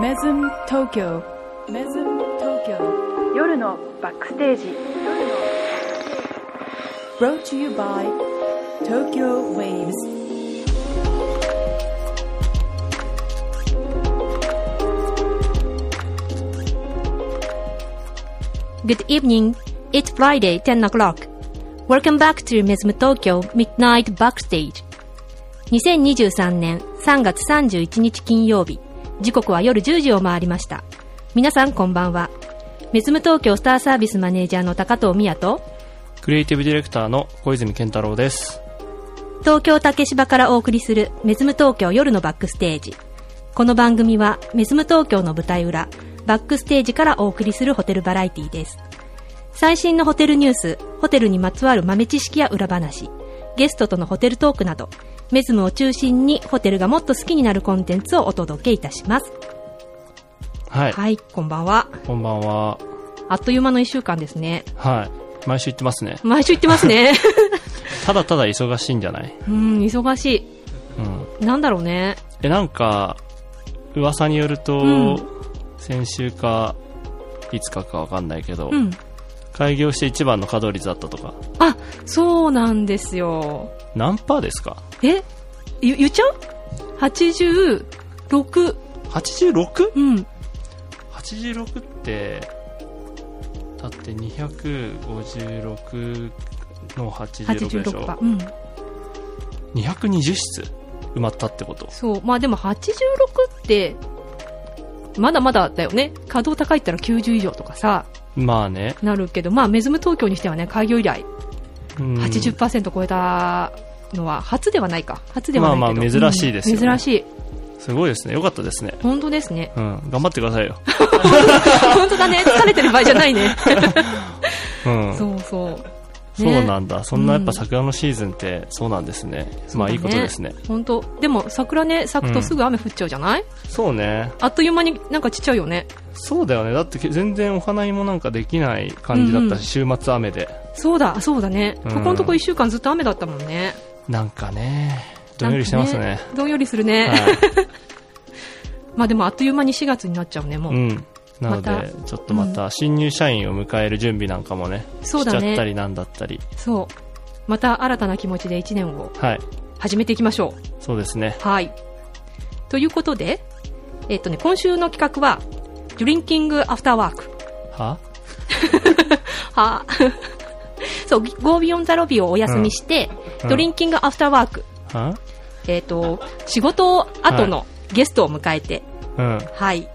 メズム東京メズム東京夜のバックステージ Brought to you by Tokyo Waves Good evening. It's Friday, 10 o'clock. Welcome back to Mesm Tokyo Midnight Backstage. 2023年3月31日金曜日、時刻は夜10時を回りました。皆さんこんばんは。メズム東京スターサービスマネージャーの高藤美也と、クリエイティブディレクターの小泉健太郎です。東京竹芝からお送りするメズム東京夜のバックステージ。この番組はメズム東京の舞台裏、バックステージからお送りするホテルバラエティです。最新のホテルニュース、ホテルにまつわる豆知識や裏話、ゲストとのホテルトークなど、メズムを中心にホテルがもっと好きになるコンテンツをお届けいたします。はい。はい、こんばんは。こんばんは。あっという間の一週間ですね。はい。毎週言ってますね。毎週言ってますね。ただただ忙しいんじゃないうん、忙しうん。い。なんだろうね。え、なんか、噂によると、うん先週か、いつかかわかんないけど、うん。開業して一番の稼働率だったとか、あ、そうなんですよ。何パーですかえゆ言っちゃう ?86。 ?86?86 うん。って、だって256の86でし86ょ番。うん。 220室埋まったってことそう。まあでも86って、まだまだだよね。稼働高いったら90以上とかさ、まあね。なるけど、まあメズム東京にしてはね、開業以来うん80%超えたのは初ではないか。初ではないけど。まあまあ珍しいですよねうん珍しい。すごいですね。よかったですね。本当ですね。 うん。頑張ってくださいよ。本当だね。疲れてる場合じゃな いね。うん。そうそう。そうなんだ。そんなやっぱ桜のシーズンってそうなんですね。まあいいことですね。本当でも桜ね、咲くとすぐ雨降っちゃうじゃない、そうね。あっという間になんかちっちゃうよね。そうだよね。だって全然お花見もなんかできない感じだったし、週末雨で。そうだ、そうだね。うこんこのとこ一週間ずっと雨だったもんね。なんかね、どんよりしてますねなん。かどんよりするね。はい。 まあでもあっという間に4月になっちゃうね、もう。 うん。なのまでた、ちょっとまた新入社員を迎える準備なんかもね、そしうちゃだったね。りなんだったり。そう。また新たな気持ちで1年をはい。始めていきましょそうですね。う。はい。ということで、えっとね、今週の企画は、ドリンキングアフターワーク。はは そう、ゴービオンザロビーをお休みして、うんドリンキングアフターワーク。はえっ、と、仕事後のゲストを迎えて、うん。はい。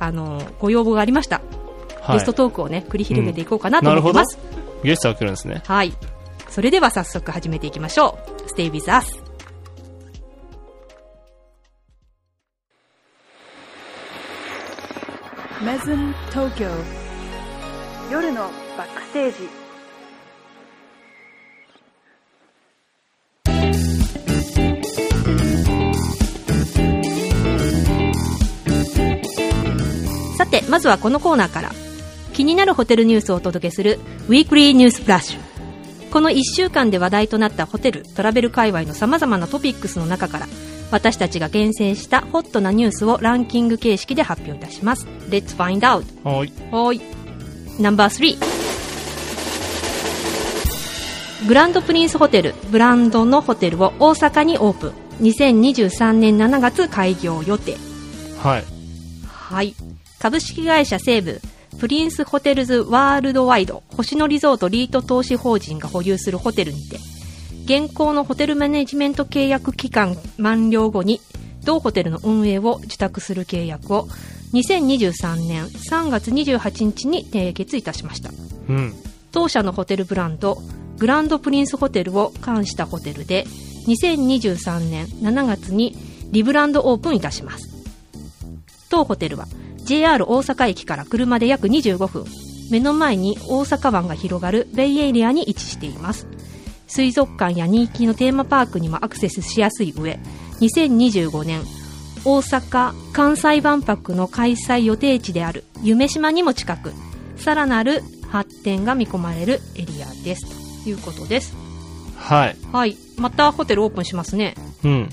あの、ご要望がありました。はゲストい。トークをね、繰り広げていこうかなと思います。ゲストが来るんですね。はい。それでは早速始めていきましょう。Stay with us. メズム東京夜のバックステージさて、まずはこのコーナーから。気になるホテルニュースをお届けする、ウィークリーニュースフラッシュ。この1週間で話題となったホテル、トラベル界隈の様々なトピックスの中から、私たちが厳選したホットなニュースをランキング形式で発表いたします。Let's find out! はい。はーい。ナンバー3。グランドプリンスホテル、ブランドのホテルを大阪にオープン。2023年7月開業予定。はい。はい。株式会社西武、プリンスホテルズワールドワイド、星野リゾートリート投資法人が保有するホテルにて、現行のホテルマネジメント契約期間満了後に、同ホテルの運営を受託する契約を、2023年3月28日に締結いたしました。うん。当社のホテルブランドグランドプリンスホテルを冠したホテルで2023年7月にリブランドオープンいたします当ホテルは JR 大阪駅から車で約25分目の前に大阪湾が広がるベイエリアに位置しています水族館や人気のテーマパークにもアクセスしやすい上2025年大阪・関西万博の開催予定地である夢島にも近くさらなる発展が見込まれるエリアですということですはい。はいまたホテルオープンしますねうん。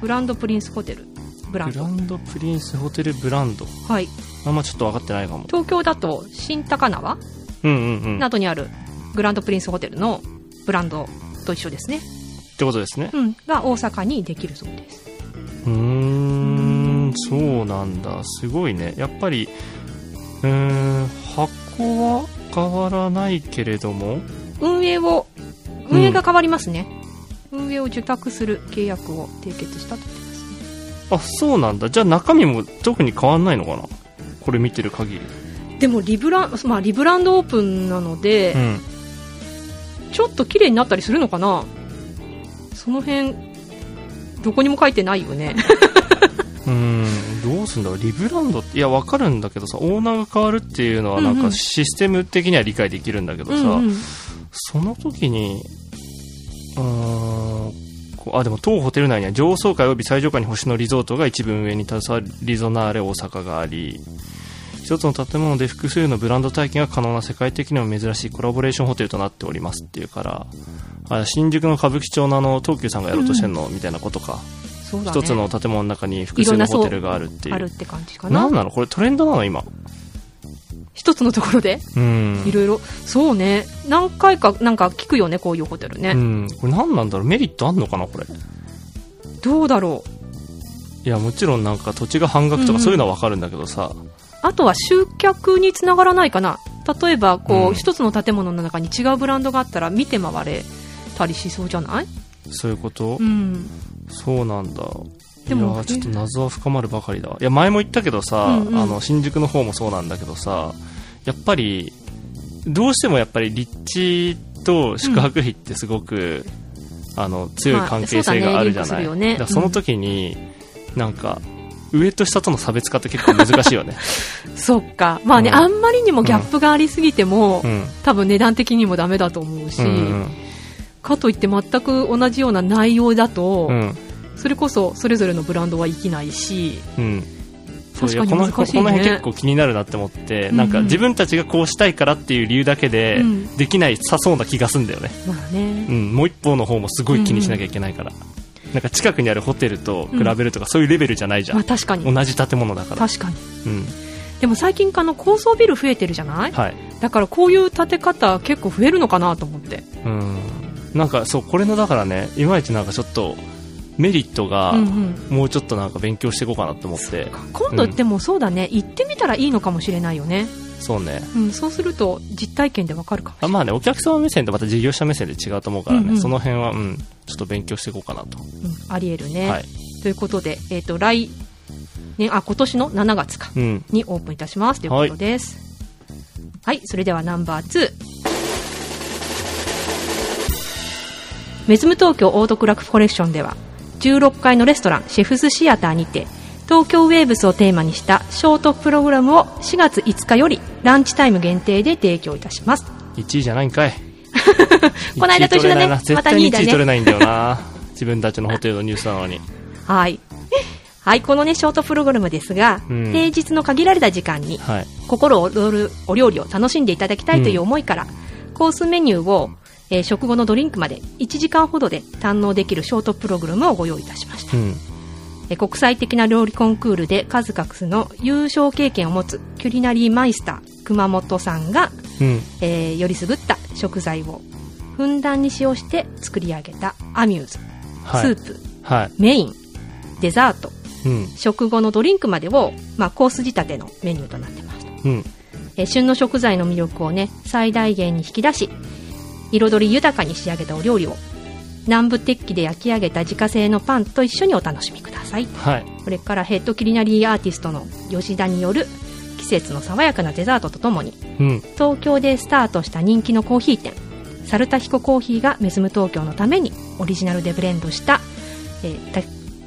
グランドプリンスホテルブラングドランドプリンスホテルブランドはいあんまちょっと分かってないかも東京だと新高輪うんうんうんっなどにあるグランドプリンスホテルのブランドと一緒ですね、てことですねうん、が大阪にできるそうですうーんそうなんだすごいねやっぱりうーん箱は変わらないけれども運営をうん運営が変わりますね、運営を受託する契約を締結したと言ってますねあそうなんだじゃあ中身も特に変わんないのかなこれ見てる限りでもリブラン、まあ、リブランドオープンなので、うんちょっと綺麗になったりするのかなその辺どこにも書いてないよねうーんどうすんだろうリブランドっていやわかるんだけどさオーナーが変わるっていうのはなんうんうんかシステム的には理解できるんだけどさ、うんうんその時にうーんこうあでも当ホテル内には上層階及び最上階に星野リゾートが一部上に携わるリゾナーレ大阪があり一つの建物で複数のブランド体験が可能な世界的にも珍しいコラボレーションホテルとなっておりますっていうからあ新宿の歌舞伎町のあの東急さんがやろうとしてんの、みたいなことかそうだね一つの建物の中に複数のホテルがあるっていうあるって感じかな何なのこれトレンドなの今一つのところでうんいろいろそうね何回かなんか聞くよねこういうホテルね、うんこれ何なんだろうメリットあんのかなこれどうだろういやもちろんなんか土地が半額とうんうかんそういうのは分かるんだけどさ、あとは集客につながらないかな例えばこう、うん一つの建物の中に違うブランドがあったら見て回れたりしそうじゃないそういうこと、うんそうなんだでもいやーちょっと謎は深まるばかりだわいや前も言ったけどさ、うんうんあの新宿の方もそうなんだけどさやっぱりどうしてもやっぱり立地と宿泊費ってすごく、あの強い関係性があるじゃない、まあそうだねリンクするよねだからその時に、なんか上と下との差別化って結構難しいよね、そっかまあね、うんあんまりにもギャップがありすぎても、うん多分値段的にもダメだと思うし、うんかといって全く同じような内容だと、うんうんそれこそそれぞれのブランドは生きないしうん、そう確かにやこの難しいねこの辺結構気になるなって思って、うんうんなんか自分たちがこうしたいからっていう理由だけで、うんできないさそうな気がすんだよね、まあね、うん、もう一方の方もすごい気にしなきゃいけないから、なんか近くにあるホテルと比べるとか、そういうレベルじゃないじゃまあん、確かに同じ建物だから、確かにうんでも最近あの高層ビル増えてるじゃないはいだからこういう建て方結構増えるのかなと思ってうん、なんかそうこれのだからねいまいちなんかちょっとメリットが、うんうんもうちょっとなんか勉強していこうかなと思って今度うんでもそうだね、行ってみたらいいのかもしれないよね、そうねうん、そうすると実体験でわかるかもしあまあねお客様目線とまた事業者目線で違うと思うからね、うんうんその辺は、うん、ちょっと勉強していこうかなと、れない、うん、ありえるね、はいということで、えっと来年あ今年の7月かうん、にオープンいたしますということですはい、それではナンバー2メズム東京オートクラクコレクションでは16階のレストランシェフズシアターにて東京ウェーブスをテーマにしたショートプログラムを4月5日よりランチタイム限定で提供いたします1位じゃないんかい この間と一緒だね1位取れないな絶また対2に位だ1ね位取れないんだよな自分たちのホテルのニュースなのにはいはいこのねショートプログラムですが、うん平日の限られた時間にはい心躍るお料理を楽しんでいただきたいという思いから、コースメニューを、えー食後のドリンクまで1時間ほどで堪能できるショートプログラムをご用意いたしました、うんえー国際的な料理コンクールで数々の優勝経験を持つキュリナリーマイスター熊本さんが、うんえーよりすぐった食材をふんだんに使用して作り上げたアミューズ、はいスープはいメインデザートうん食後のドリンクまでを、まあ、コース仕立てのメニューとなってますうんえー旬の食材の魅力をね最大限に引き出し彩り豊かに仕上げたお料理を南部鉄器で焼き上げた自家製のパンと一緒にお楽しみくださいはいこれからヘッドキリナリーアーティストの吉田による季節の爽やかなデザートとともにうん東京でスタートした人気のコーヒー店サルタヒココーヒーがメズム東京のためにオリジナルでブレンドした、えー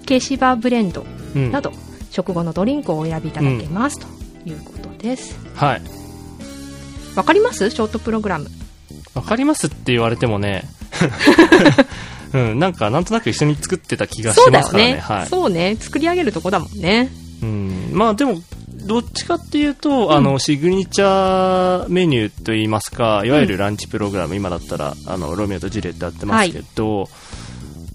竹芝ブレンドうんなど食後のドリンクをお選びいただけます、ということですはいわかりますショートプログラムわかりますって言われても ねうんなんかなんとなく一緒に作ってた気がしそうだますよからねね、はいそうね作り上げるとこだもんねうんまあでもどっちかっていうと、あのシグニチャーメニューといいますかいわゆるランチプログラム、今だったらあのロミオとジュリエットやってますけど、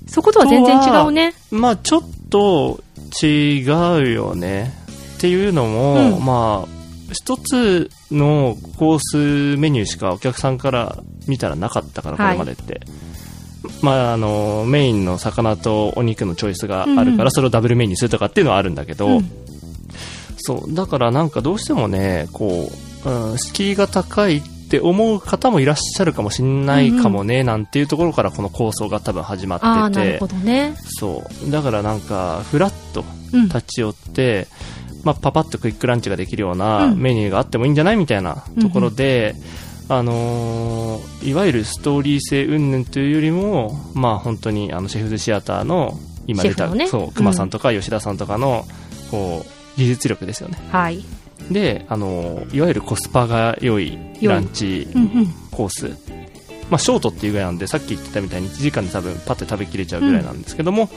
そことは全然違うねまあちょっと違うよねっていうのも、うんまあ一つのコースメニューしかお客さんから見たらなかったからこはいれまでって、まああのメインの魚とお肉のチョイスがあうんるうかんらそれをダブルメインにするとかっていうのはあるんだけど、うんそうだからなんかどうしてもねこう、うん、敷居が高いって思う方もいらっしゃるかもしんないかもね、なんていうところからこの構想が多分始まっててああなるほどね、そうだからなんかフラッとうん、立ち寄って、まあ、パパッとクイックランチができるようなうんメニューがあってもいいんじゃないみたいなところで、あのーいわゆるストーリー性云々というよりも、まあ、本当にあのシェフズシアターの今出シェた、フのねそう熊さんとか吉田さんとかのこう技術力ですよねはい、で、あのーいわゆるコスパが良い良いランチうんうん、コース、まあ、ショートっていうぐらいなんでさっき言ってたみたいに1時間で多分パッと食べきれちゃうぐらいなんですけども、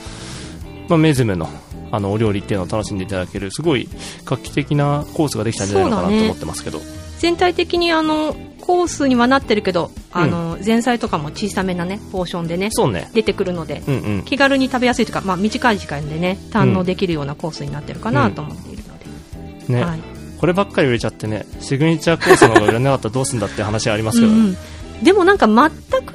まあ、メズムのあのお料理っていうのを楽しんでいただけるすごい画期的なコースができたんじゃないのかそうなだねと思ってますけど、全体的にあのコースにはなってるけどあの、前菜とかも小さめなねポーションでねそうね出てくるのでうんうん気軽に食べやすいというか、まあ、短い時間でね堪能できるようなコースになってるかなと思っているので、ね、はいこればっかり売れちゃってねシグニチャーコースの方が売れなかったらどうすんだって話ありますけど、うんうんでもなんか全く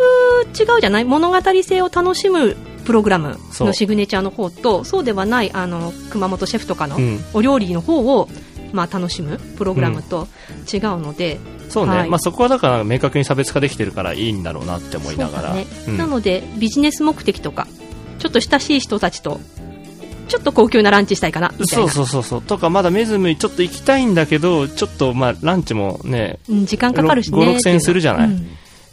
違うじゃない物語性を楽しむプログラムそうのシグネチャーの方とそうではないあの熊本シェフとかのうんお料理の方を、まあ、楽しむプログラムと違うので、そうね、はいまあ、そこはだから明確に差別化できてるからいいんだろうなって思いながらそうだねうんなのでビジネス目的とかちょっと親しい人たちとちょっと高級なランチしたいかなみたいそなうそうそうそうとかまだメズムにちょっと行きたいんだけどちょっとまあランチもねうん時間かかるしね5 6千円するじゃないうん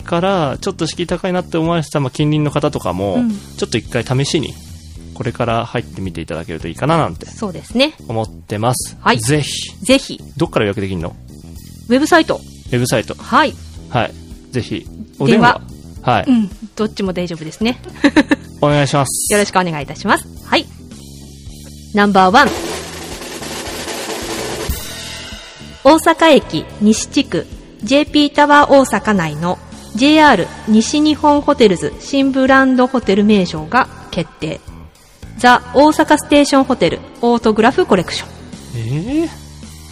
からちょっと敷居高いなって思われてた、まあ、近隣の方とかも、うんちょっと一回試しにこれから入ってみていただけるといいかななんてそうですね思ってます、はいぜひぜひどっから予約できるのウェブサイトウェブサイトはい、はいぜひお電電話話はい、うん、どっちも大丈夫ですねお願いしますよろしくお願いいたします。はい。ナンバーワン。大阪駅西地区 JP タワー大阪内の JR 西日本ホテルズ新ブランドホテル名称が決定。ザ・大阪ステーションホテルオートグラフコレクション。えー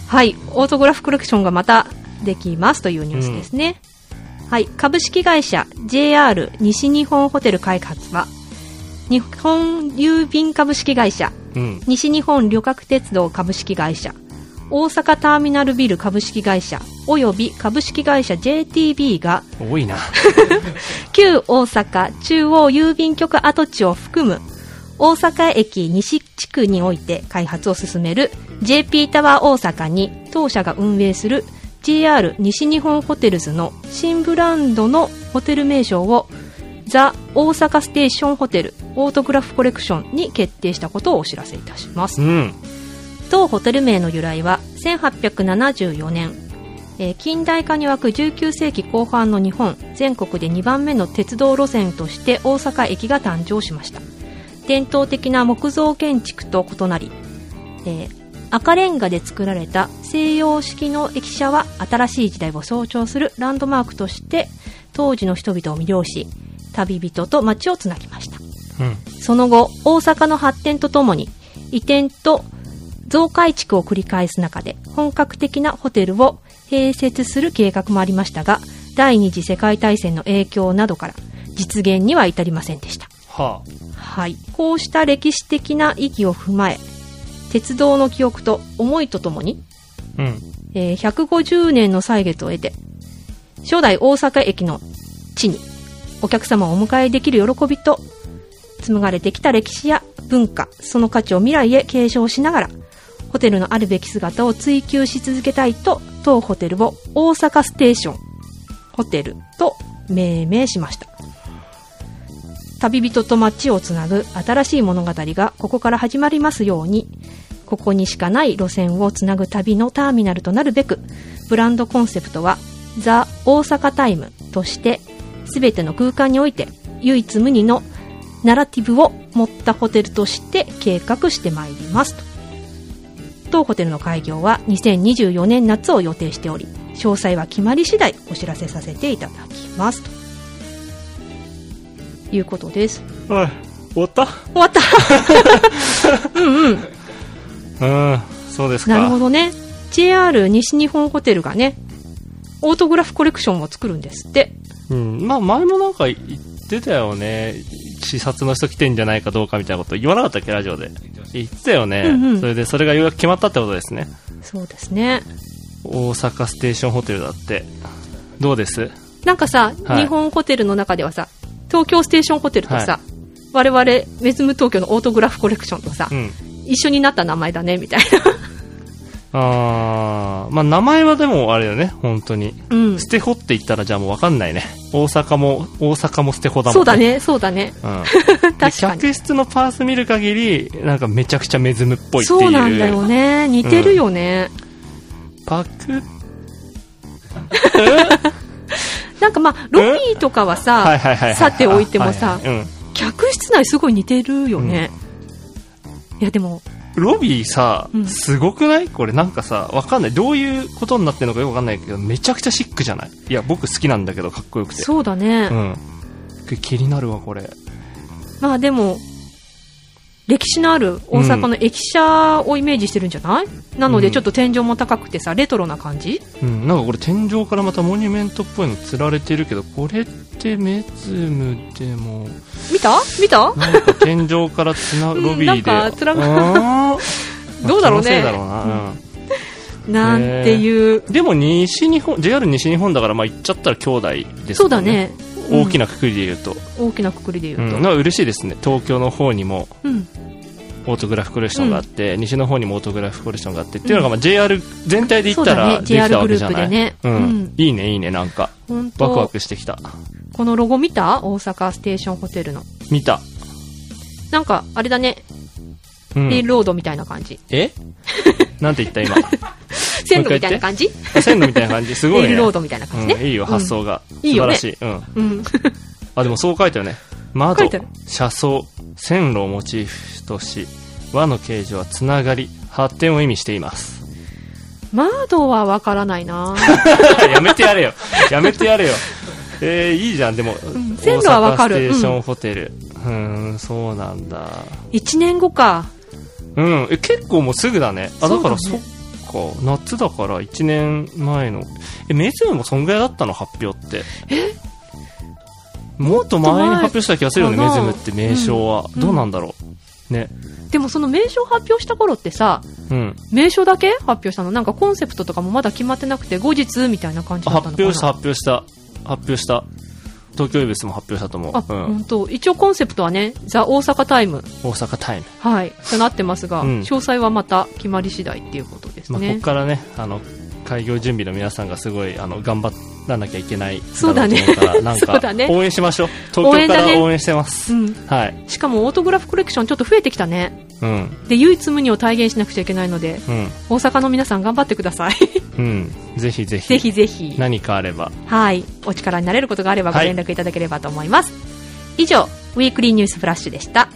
はい、オートグラフコレクションがまたできますというニュースですね。はい、株式会社 JR 西日本ホテル開発は、日本郵便株式会社、うん西日本旅客鉄道株式会社、大阪ターミナルビル株式会社、および株式会社 JTB が、多いな旧大阪中央郵便局跡地を含む大阪駅西地区において開発を進める JP タワー大阪に当社が運営する JR 西日本ホテルズの新ブランドのホテル名称をザ・大阪ステーションホテルオートグラフコレクションに決定したことをお知らせいたしますうん当ホテル名の由来は1874年、えー近代化に沸く19世紀後半の日本全国で2番目の鉄道路線として大阪駅が誕生しました伝統的な木造建築と異なり、えー赤レンガで作られた西洋式の駅舎は新しい時代を象徴するランドマークとして当時の人々を魅了し旅人と街をつなぎましたうんその後、大阪の発展とともに、移転と増改築を繰り返す中で、本格的なホテルを併設する計画もありましたが、第二次世界大戦の影響などから、実現には至りませんでした。ははい。こうした歴史的な意義を踏まえ、鉄道の記憶と思いとともに、あうんえー150年の歳月を経て、初代大阪駅の地にお客様をお迎えできる喜びと、紡がれてきた歴史や文化、その価値を未来へ継承しながら、ホテルのあるべき姿を追求し続けたいと、当ホテルを大阪ステーションホテルと命名しました。旅人と街をつなぐ新しい物語がここから始まりますように、ここにしかない路線をつなぐ旅のターミナルとなるべく、ブランドコンセプトは、ザ・大阪タイムとして、すべての空間において唯一無二のナラティブを持ったホテルとして計画してまいりますと。当ホテルの開業は2024年夏を予定しており、詳細は決まり次第お知らせさせていただきますということです。はい終わった終わったうんうん。ですか。なるほどね。JR 西日本ホテルがね、オートグラフコレクションを作るんですって。うん、まあ前もなんか言ってたよね視察の人来てんじゃないかどうかみたいなこと言わなかったっけラジオで言ってたよね、うんうんそれでそれがようやく決まったってことですねそうですね。大阪ステーションホテルだってどうですなんかさ、はい日本ホテルの中ではさ、東京ステーションホテルとさ、我々、メズム東京のオートグラフコレクションとさ、うん一緒になった名前だね、みたいあーまあ名前はでもあれよね本当にな。うん。ステホって言ったらじゃあもう分かんないね大阪も大阪もステホだもんそうだね、そうだね。 うん、確でかに。客室のパース見る限りなんかめちゃくちゃメズムっぽいっていうそうなんだよね。似てるよね。パ クなんかまあ、ロビーとかはさ、はいはいはいはいさておいてもさはいはいうん客室内すごい似てるよね。いや、でも、ロビーさうん、すごくないこれなんかさ、わかんない。どういうことになってるのかよくわかんないけど、めちゃくちゃシックじゃないいや、僕好きなんだけど、かっこよくて。そうだね。うん。気になるわ、これ。まあでも、歴史のある大阪の駅舎をイメージしてるんじゃない、なのうでんちょっと天井も高くてさ、レトロな感じうん、なんかこれ天井からまたモニュメントっぽいの吊られてるけど、これってメズムでも、見た見たなんか天井からつな、 うんロビーで。なんかつらうが ーんどうだろうね気のせいだろうな。うんなんていう。でも西日本、JR 西日本だから、まあ言っちゃったら兄弟ですそうだ。ね。大きな、な括りで言うと。大きなくくりでう言ん、うと。なんか嬉しいですね東京の方にもうん。オートグラフコレクションがあって、西の方にもオートグラフコレクションがあって、っていうのがまあ JR 全体で言そうっただらね。できた JR わグけルじーゃプなでい、ね。うん。いいねいいねなんか本ワクワ当クしてきたこのロゴ見た大阪ステーションホテルの。見た、なんか、あれだね。うんレールロードみたいな感じ。え なんて言った今線路みたいな感じ線路みたいな感 じすレごいねールロードみたいな感じね。うん、いいよ発想が、いいよね素晴らしい、うん、うん。 あでもそう書いてあるね書窓いてある車窓線路をモチーフとし和の形状はつながり発展を意味しています窓はわからないな やめてやれよ。やめてやれよ。えー、いいじゃん、でも、ん線路はわかる大阪ステーションホテル。うん、ん、そうなんだ。一年後か。うん、え、結構もうすぐだね。あ、だからそそうだっねか、夏だから1年前の。え、メズムもそんぐらいだったの、発表って。もっと前に発表した気がするよね、もメっとズ前ムって名称は。うんどうなんだろう。ね。でもその名称発表した頃ってさ、うん。名称だけ発表したのなんかコンセプトとかもまだ決まってなくて、後日みたいな感じあだっ発たのかな表した、発表した。発表した。東京イブスも発表したと思あ、う。う本ん。当。一応コンセプトはね、ザ・大阪タイム。大阪タイム。はい。となってますが、うん詳細はまた決まり次第っていうことですまあ、こねこ。からねあの開業準備の皆さんがすごいあの頑張らなきゃいけないそうだねろうと思うか らなんそうだねか応援しましょう東京か応援だねら応援してます、うん。はいしかもオートグラフコレクションちょっと増えてきたね。うんで、唯一無二を体現しなくちゃいけないので、うん大阪の皆さん頑張ってください。うんぜひぜひぜひぜひ。何かあればはい。お力になれることがあればご連絡いただければと思います。以上、ウィークリーニュースフラッシュでした。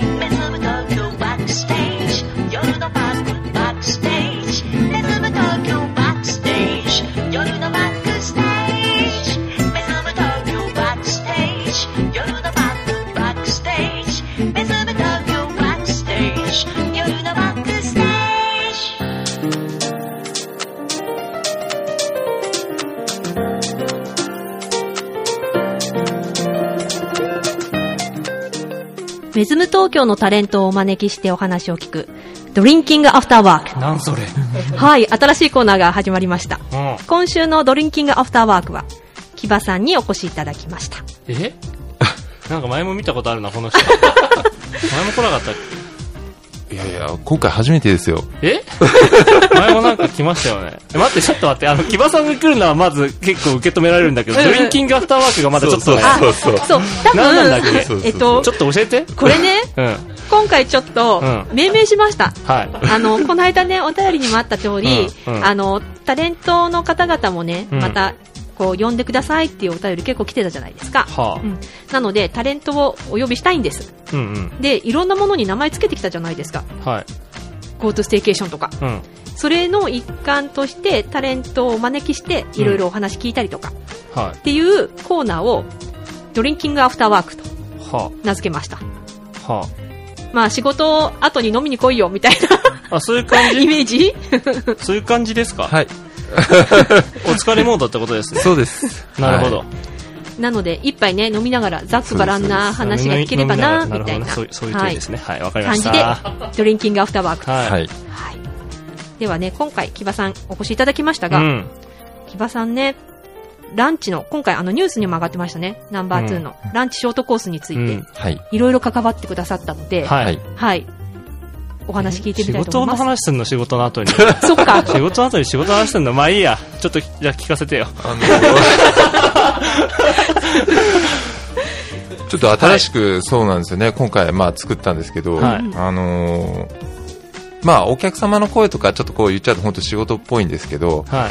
レズム東京バックステージ夜のバックバックステージレズム東京バックステージ夜のバックステージレズム東京バックステージ夜のバックバックステージレズム東京バックステージ夜のバックステージメズム東京のタレントをお招きしてお話を聞く、ドリンキングアフターワーなんそれク。はい、新しいコーナーが始まりました。うん今週のドリンキングアフターワークは、木場さんにお越しいただきました。 えなんか前も見たことあるなこの人前も来なかったっいやいや、今回初めてですよ。けえ 前もなんか来ましたよねえ待ってちょっと待ってあの木場さんが来るのはまず結構受け止められるんだけどうんうんドリンキングアフターワークがまだちょっとねあそうそう。そう、多分、何なんだっけそうそうそうえっとち、ょっと教えてこれね、うん今回ちょっとうん、命名しました。はいあの、この間ね、お便りにもあった通り、うんうんあの、タレントの方々もね、うんまた、こう、呼んでくださいっていうお便り結構来てたじゃないですか。はうん、なので、タレントをお呼びしたいんです。あ、うんうん。で、いろんなものに名前つけてきたじゃないですか。はい。 GoTo ステーケーションとか。うん。それの一環として、タレントをお招きして、いろいろお話聞いたりとか、はっていうコーナーを、ドリンキングアフターワークとは名付けました。あ、はまあ仕事後に飲みに来いよみたいあ。あ、そういう 感なイじメージそういう感じですか、はい。 お疲れモードってことですね。そうです。なるほど。はい。なので、一杯ね、飲みながらざっくばらんな話が聞ければな、みたいなるほどそうそういうは点いですね。はい、わ、かりま感しじた。で、ドリンキングアフターワークと。はい。はい。はい。ではね、今回、木場さんお越しいただきましたうが、ん。木場さんね、ランチの、今回あのニュースにも上がってましたね、ナンバー2の、ランチショートコースについうんて、はい。いろいろ関わってくださったので、はい。はい。お話聞いてみ仕たいと事思のいま話すんの仕事の後に。す。そっか。仕事の後に仕事の話すんのまあいいや。ちょっと、じゃあ聞かせてよ。あのちょっと新しく、そうなんですよね。今回、まあ、作ったんですけど、はいあのーまあ、お客様の声とか、ちょっとこう言っちゃうと、本当仕事っぽいんですけど、はい。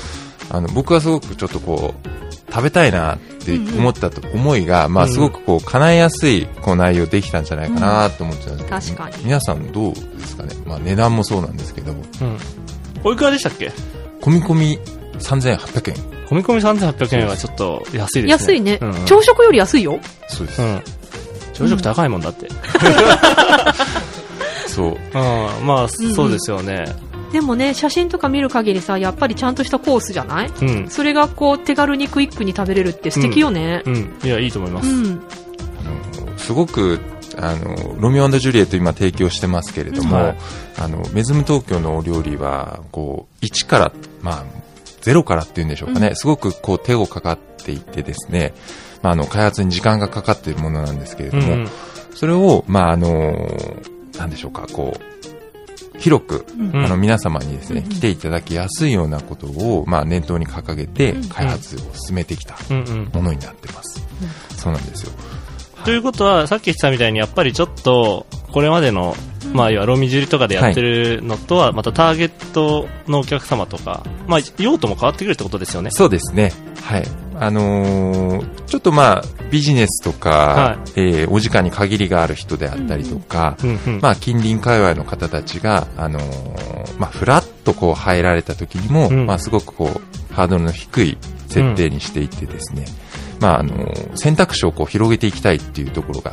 あの、僕はすごくちょっとこう、食べたいなって思ったと思いが、まあ、すごくこう、叶えやすい、こう、内容できたんじゃないかなと思っちゃうんですけ うんど、確かに皆さんどうですかね。まあ、値段もそうなんですけど、うん。おいくらでしたっけ込み込み3800円。込み込み3800円はちょっと安いですね。安いね、うん、うん。朝食より安いよ。そうです。うん。朝食高いもんだって。そう。うん、まあ、そうですよね。でもね、写真とか見る限りさ、やっぱりちゃんとしたコースじゃないうん。それがこう、手軽にクイックに食べれるって素敵よね。うん。いや、いいと思いまうす。ん。すごくあのロミオジュリエット今提供してますけれども、うんはいあのメズム東京のお料理はこう1から、まあ、0からっていうんでしょうかね、うんすごくこう手をかかっていてですね、まあ、あの開発に時間がかかっているものなんですけれどうんも、うん。それを、まああのなんでしょうかこう広く、うんあの皆様にですね、うん来ていただきやすいようなことを、まあ、念頭に掲げてうん開発を進めてきたうんうん。ものになってます、そうなんですよということは、さっき言ってたみたいに、やっぱりちょっと、これまでの、まあ、要は、ロミジュリとかでやってるのとは、またターゲットのお客様とか、まあ、用途も変わってくるってことですよね。そうですね。はい。あのーちょっとまあ、ビジネスとか、はえーお時間に限りがある人であったりとか、うんうん。まあ、近隣界隈の方たちが、あのーまあ、ふらっとこう入られた時にも、うんまあ、すごくこう、ハードルの低い設定にしていってですね、まあ、あのー選択肢をこう広げていきたいっていうところが、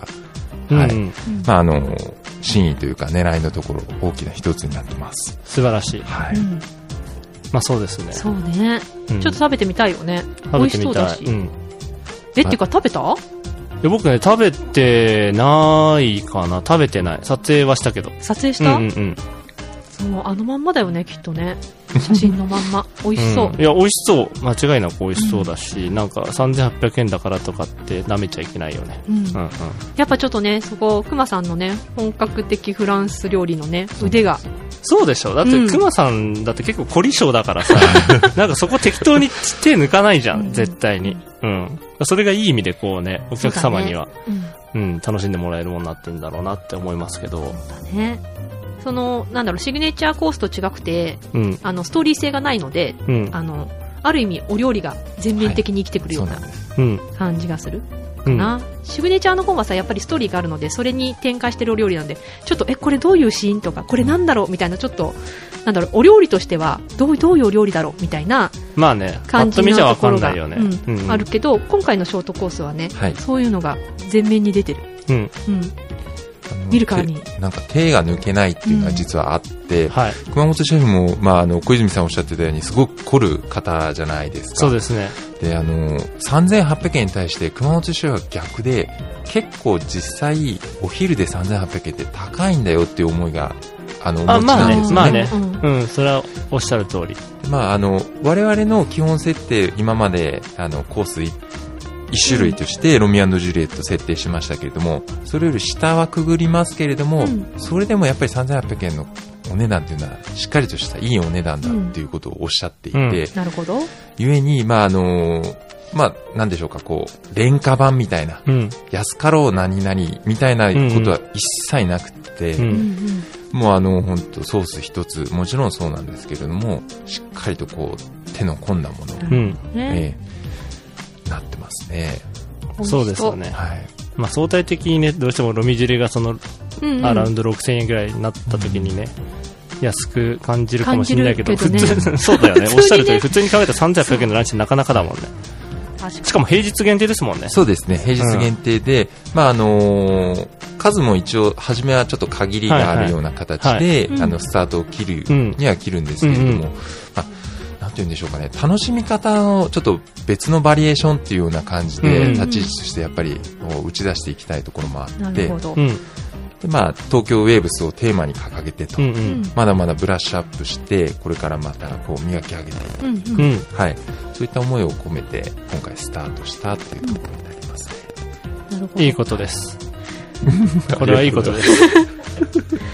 はいうんうんまあ、あのー真意というか狙いのところ、大きな一つになってます。素晴らしい。はい。うんまあ、そうですね。そうね、うんちょっと食べてみたいよね。美食べ味てしそみうだたし。い。うん。え、っていうか食べたで僕ね、食べてないかな。食べてない。撮影はしたけど。撮影しうんた、うんうん。そう、あのまんまだよね、きっとね。写真のまんま。美味しそう。ん、いや、美味しそう。間違いなく美味しそうだし、なんか3800円だからとかって舐めちゃいけないよね。うんうんうん。やっぱちょっとね、そこ、クマさんのね、本格的フランス料理のね、腕が。そうでしょだって、うんクマさんだって結構凝り性だから さ、なんかそこ適当に手抜かないじゃうんん、絶対に。うん。それがいい意味でこうね、お客様には、うん、楽しんでもらえるものになってんだろうなって思いますけど、ね。その、なんだろう、シグネチャーコースと違くて、うん、あの、ストーリー性がないので、うん、あの、ある意味、お料理が全面的に生きてくるよそううななんです。うん、感じがするうん。な。シグネチャーの方はさ、やっぱりストーリーがあるので、それに展開してるお料理なんで、ちょっと、え、これどういうシーンとか、これなんだろうみたいな、ちょっと、なんだろう、お料理としては、どうどういうお料理だろうみたいなまあね、パ感ッじと見のちゃとわこかろんが、ないよね。うんうんあるけど、今回のショートコースはね、はいそういうのが全面に出てる。うん、うん。あの見るからに手なんか手が抜けないっていうのは実はあって、はい、熊本シェフも、まあ、あの小泉さんおっしゃってたようにすごく凝る方じゃないですかそうですね。であの3800円に対して熊本シェフは逆で結構実際お昼で3800円って高いんだよっていう思いがあのおあ持ちまあなねんですよまあね,で、ねうんうんうん、それはおっしゃる通り。まああの我々の基本設定今まであのコースい一種類としてロミオジュリエット設定しましたけれどもそれより下はくぐりますけれども、うんそれでもやっぱり3800円のお値段っていうのはしっかりとしたいいお値段だっていうことをおっしゃっていて、うんうんなるほど。ゆえに、まあ、あのまあ、なんでしょうか、こう、廉価版みたいな、うん、安かろう何々みたいなことは一切なくて、うんうんうんもうあの、本当ソース一つ、もちろんそうなんですけれども、しっかりとこう、手の込んだもの、うん、ね、ええなってますね。そうですよね。はい。まあ、相対的にね、どうしてもロミジュリがその美味しそう。うんうんアラウンド6000円ぐらいになった時にね、安く感じるかもしれないけど、感じるけどね 普通、そうだよね、普通にねおっしゃる通り、普通に考えたら3800円のランチなかなかだもんね。確かしかも平日限定ですもんね。そうですね、平日限定で、まああのー数も一応、初めはちょっと限りがあるような形で、はいはいあのスタートを切るうんには切るんですけれども、うんうんまあ、なんて言うんでしょうかね、楽しみ方をちょっと別のバリエーションっていうような感うじんで、うん立ち位置としてやっぱりこう打ち出していきたいところもあなっるてほ、ど、うん。でまあ、東京ウェーブスをテーマに掲げてと、うんう。うんまだまだブラッシュアップして、これからまたこう磨き上げていくうんうんうん。はい、そういった思いを込めて今回スタートしたっていうところになりますね。なるほどいいこと です。これはいいことです。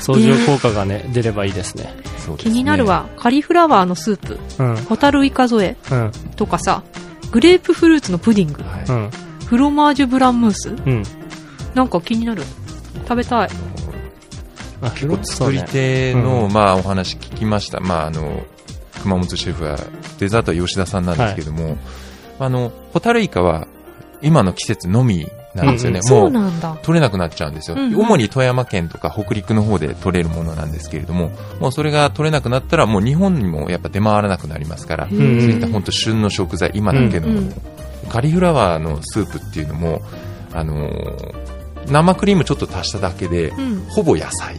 相乗効果がね、出ればいいですね。そうです気ねになる。は、カリフラワーのスープうん。ホタルイカ添えうん。、とかさグレープフルーツのプディングはいうん。フロマージュブランムースうん。なんか気になる食べたいあ、結構作り手の、まあ、お話聞きました、まあ、あの熊本シェフはデザートは吉田さんなんですけども、あのホタルイカは今の季節のみなんですよね、うんそうもうなんだ取れなくなっちゃうんですよ、うん主に富山県とか北陸の方で取れるものなんですけれどももうそれが取れなくなったらもう日本にもやっぱ出回らなくなりますから、んうんそういった本当旬の食材、今だけのもの、うんうんカリフラワーのスープっていうのも、あのー生クリームちょっと足しただけで、ほぼ野菜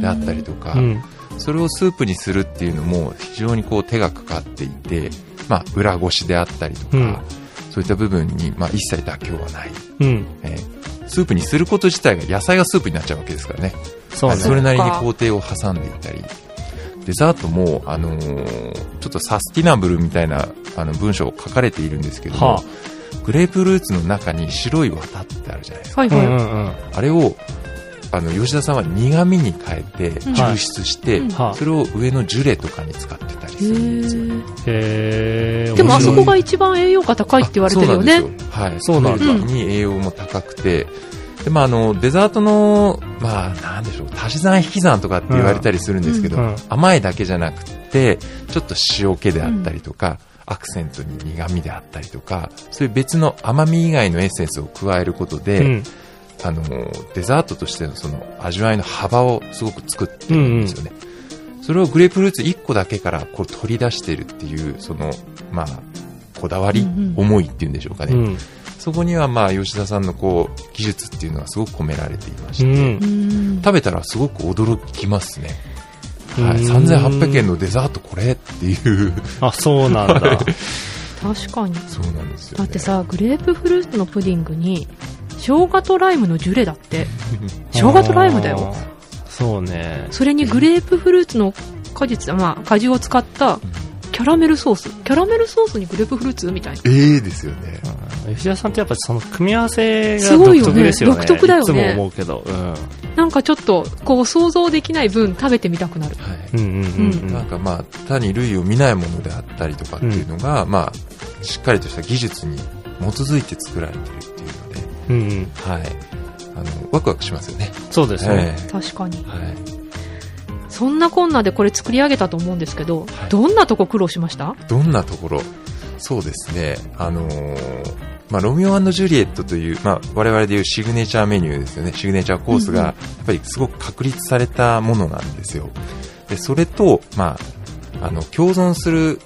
であったりとか、うん。それをスープにするっていうのも非常にこう手がかかっていて、まあ、裏ごしであったりとか、うんそういった部分に、まあ、一切妥協はない、うん。えースープにすること自体が野菜がスープになっちゃうわけですからね。そうはいそね。れなりに工程を挟んでいったり、デザートも、あのーちょっとサスティナブルみたいなあの文章を書かれているんですけども、はグレープフルーツの中に白い綿ってあるじゃないですか。はいうんうはい、んうん。あれを、あの、吉田さんは苦味に変えてうん抽出して、うんはそれを上のジュレとかに使ってたりするんですよね。へえ。でもあ面白そいこが一番栄養価高いって言われてるよあねそうなんですよはい。そうなんだ取れる割に栄養も高くて、で、まあ、あの、デザートの、まあ、なんでしょう、足し算引き算とかって言われたりするんですけど、うんうん甘いだけじゃなくて、ちょっと塩気であったりとか、アクセントに苦味であったりとか、そういう別の甘み以外のエッセンスを加えることで、うん。あの、デザートとしてのその味わいの幅をすごく作ってるんですよね。それをグレープフルーツ1個だけからこう取り出してるっていう、その、まあ、こだわり、うんうん思いっていうんでしょうかね。うん。そこにはまあ、吉田さんのこう、技術っていうのがすごく込められていましうて、んう。ん食べたらすごく驚きますね。はい。うん3800円のデザートこれっていう。 あ、そうなんだ。確かにそうなんですよ、だって、さグレープフルーツのプディングに生姜とライムのジュレだって生姜とライムだよあー。そうね。それにグレープフルーツの果実まあ果汁を使ったキャラメルソースキャラメルソースにグレープフルーツみたいなええですよね。吉田さんってやっぱその組み合わせすがごい独よ特ねですよね。独特だよねいつも思うけど。うん。なんかちょっとこう想像できない分食べてみたくなるはい。うんうんうんうん。なんかまあ、単に類を見ないものであったりとかっていうのが、まあ、しっかりとした技術に基づいて作られてるっていうのうで、んうん。はい。あの、ワクワクしますよね。そうですね。確かにええはい。そんなこんなでこれ作り上げたと思うんですけど、はいどんなとこ苦労しましたどんなところそうですね。あのーまあ、ロミオジュリエットという、まあ、我々でいうシグネチャーメニューですよね。シグネチャーコースが、うんうんやっぱりすごく確立されたものなんですよ。で、それと、まあ、あの、共存する、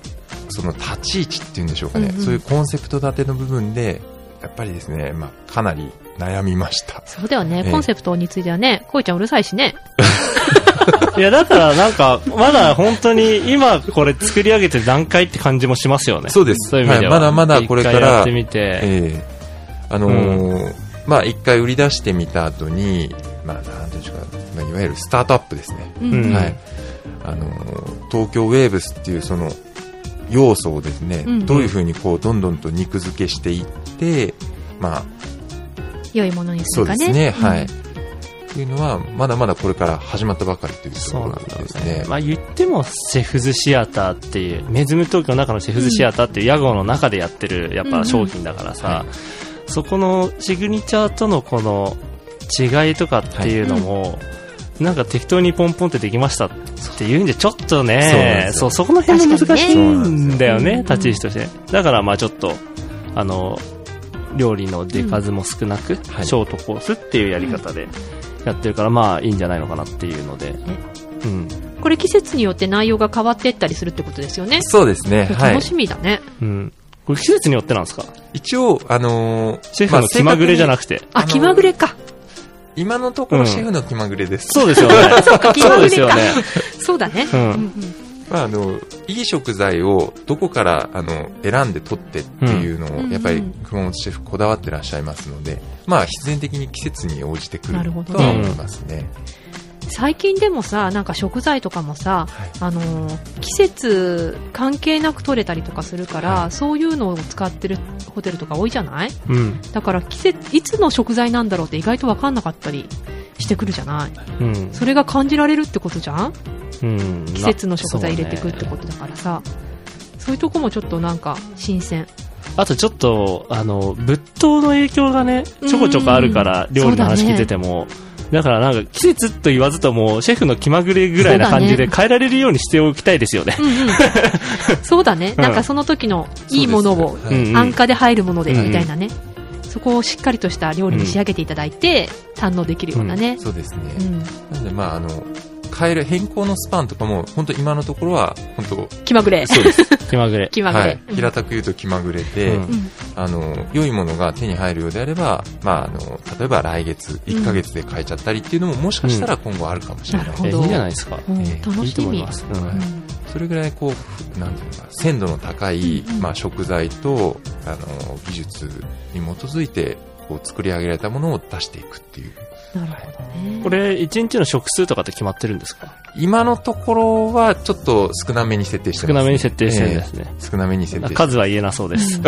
その立ち位置っていうんでしょうかね。うんうんそういうコンセプト立ての部分で、やっぱりですね、まあ、かなり悩みました。そうだよね、ええコンセプトについてはね、こいちゃんうるさいしね。いや、だからなんか、まだ本当に今これ作り上げて段階って感じもしますよね。そうで すそういう意味では。はいまだまだこれから一回やってみて。ええあのーまあ、一回売り出してみた後に、まあ、なんていうんでしょうか、まあ、いわゆるスタートアップですね。うんうんはい、あの東京ウェーブスっていうその要素をですね、うんうんどういうふうにこうどんどんと肉付けしていって、まあ、良いものにすそるうかでね。すね、うんはい。っていうのは、まだまだこれから始まったばかりというとそうこなんろだですよねね。。まあ言っても、シェフズシアターっていう、メズム東京の中のシェフズシアターっていう屋号の中でやってる、やっぱ商品だからさ、そこのシグニチャーとのこの違いとかっていうのも、なんか適当にポンポンってできましたっていうんじゃちょっとそうなんねで、すよそう、そこの辺も難しいんだよね、確か立ち位にね置として。だからまあちょっと、あの、料理の出数も少なく、シはいョートコースっていうやり方でやってるから、まあいいんじゃないのかなっていうので、うん。これ季節によって内容が変わっていったりするってことですよね。そうですね、はい楽。しみだね。うん。これ季節によってなんですか一応、あのーシェフの気まぐれじゃなくて。ああ、のー気まぐれか。今のとこうんろシェフの気まぐれです。そうですよね。そう か、気まそうぐですれよか ね。。そうだね。ううんん。うんまあ、あの、いい食材をどこから、あの、選んで取ってっていうのを、うんやっぱりうん熊本シェフこだわってらっしゃいますので、まあ、必然的に季節に応じてくなるるほどとは思いますね。最近でもさ、なんか食材とかもさ、はいあのー季節関係なく取れたりとかするから、はそういうのを使ってるホテルとか多いじゃないうん。だから季節、いつの食材なんだろうって意外とわかんなかったりしてくるじゃないうん。それが感じられるってことじゃんうん季節の食材入れていくってことだからさ、そういうとこもちょっとなんか新 鮮。あとちょっと、あの、仏塔の影響がね、ちょこちょこあるから、うん料理の話そうだね聞いてても、だからなんか季節と言わずとも、シェフの気まぐれぐらいな感じそうだでね変えられるようにしておきたいですよね。うんうん、そうだね、うんなんかその時のいいものをそうですうんうん安価で入るものでうんみたいなね、そこをしっかりとした料理に仕上げていただいて、堪能できるようなね、そうですね。うんなので、まあ、あの、変える、変更のスパンとかも、本当今のところは、本気まぐれ当、そ うです。気まぐれ。気まぐれ、はい。うん平たく言うと気まぐれで、うんうんあの、良いものが手に入るようであれば、まあ、あの、例えば来月、1ヶ月で変えちゃったりっていうのも、もしかしたら今後あるかもしれない。うんえなるいほどいんじゃないですか。うんえー楽いいとし思みいます。うんはいそれぐらいこう、なんていうのか、鮮度の高い、うんうんまあ、食材と、あの、技術に基づいて、こう、作り上げられたものを出していくってういう。んなるほどねこれ、1日の食数とかって決まってるんですか今のところは、ちょっと少なめに設定して少なます、めに設定してるんですね。えー少なめに設定して数は言えなそうです。うん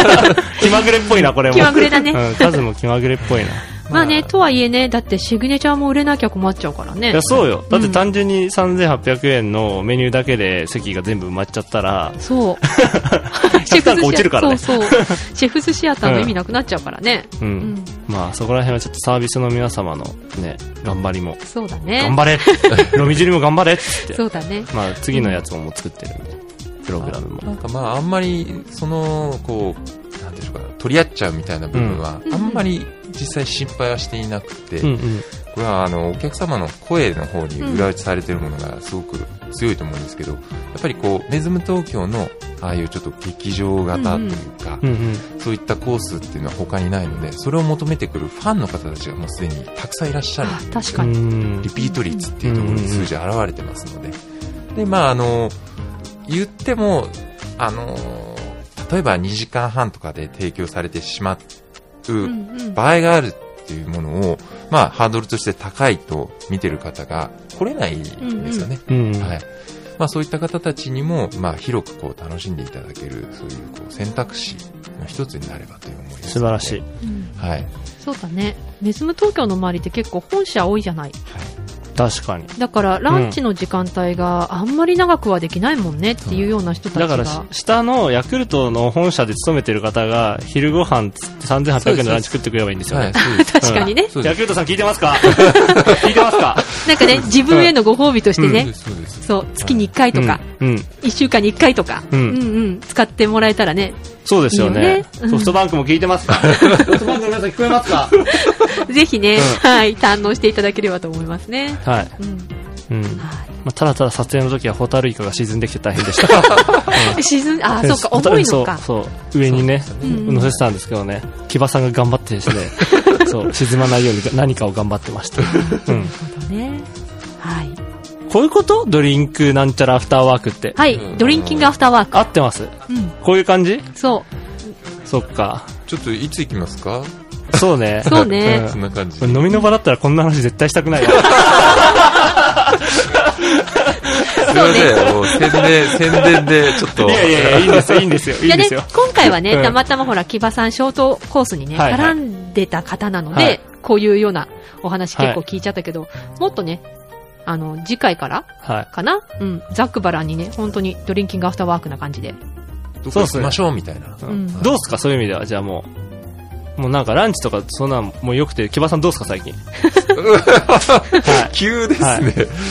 気まぐれっぽいな、これも。気まぐれだねうん、数も気まぐれっぽいな。まあね、とはいえね、だってシグネチャーも売れなきゃ困っちゃうからねいや、。そうよ。だって単純に3800円のメニューだけで席が全部埋まっちゃったら、 そう。 100単価落ちるからねそうそう。シェフスシアターの意味なくなっちゃうからね。ううんん。まあそこら辺はちょっとサービスの皆様のね、頑張りも。そうだね。頑張れ飲み汁も頑張れっつって。そうだね。まあ次のやつももう作ってるんで、プログラムなんも。かまあ、あんまり、その、こう、なんていうんでしょうか、取り合っちゃうみたいな部分はう、んあんまり実際心配はしていなくて、うんうん。これはあのお客様の声の方に裏打ちされてるものがすごく強いと思うんですけど、やっぱりこうメズム東京のああいうちょっと劇場型というか、うんうん。そういったコースっていうのは他にないのでそれを求めてくるファンの方たちがもうすでにたくさんいらっしゃるあ確うかに。んリピート率っていうところに数字現れてますので、でまああの言ってもあの例えば2時間半とかで提供されてしまううんうん。場合があるっていうものを、まあ、ハードルとして高いと見てる方が来れないんですよね。うん。はい。まあ、そういった方たちにも、まあ、広くこう、楽しんでいただける、そういうこう、選択肢の一つになればという思いです、素晴らしい。。うんはい。そうだね。メズム東京の周りって結構本社多いじゃない。確かに。だからランチの時間帯があんまり長くはできないもんねっていうような人たちだが。からし、下のヤクルトの本社で勤めてる方が、昼ご飯つって3800円のランチ食ってくればいいんですよはねい、。そう です。確かにね。そうでヤす。クルトさん聞いてます か聞いてますかなんかね、自分へのご褒美としてね。そうです。そう、月に1回とか、うん。うん。 1週間に1回とか、ううんんうん、使ってもらえたらね、そうですよいいよねねうんソフトバンクも聞いて ますかソフトバンクの皆さん聞こえますかぜひね、うんはい、堪能していただければと思いますね。はい。うんうん。はまあ、ただただ撮影の時はホタルイカが沈んできて大変でした。い、沈 ん、あー、そうか、ホタ重ルいイカのか。そう、そう。上にね、うん乗せてたんですけどね、木場さんが頑張って ですね、そう、沈まないように何かを頑張ってました。 うん。ね。はい。こういうことドリンクなんちゃらアフターワークって。はい、うんドリンキングアフターワーク。合ってますうん。こういう感じそう。そっか。ちょっと、いつ行きますかそうね。 そうねんそんな感じこ。れ飲みの場だったらこんな話絶対したくないわ。すいません。もう、宣伝、 宣伝で、ちょっと。いやいやいや、いいんですよ、いいんですよ、いいいやんでねすよ。、今回はね、うんたまたまほら、木場さんショートコースにね、はいはい絡んでた方なので、はいこういうようなお話はい結構聞いちゃったけど、もっとね、あの、次回からはい。かなうん、ザックバランにね、本当にドリンキングアフターワークな感じで。どこ行きましょうみたいな。ううんんどうすかそういう意味では、じゃあもう。もうなんかランチとかそんなんもう良くて、木場さんどうすか最近。はい。 急ですね。はい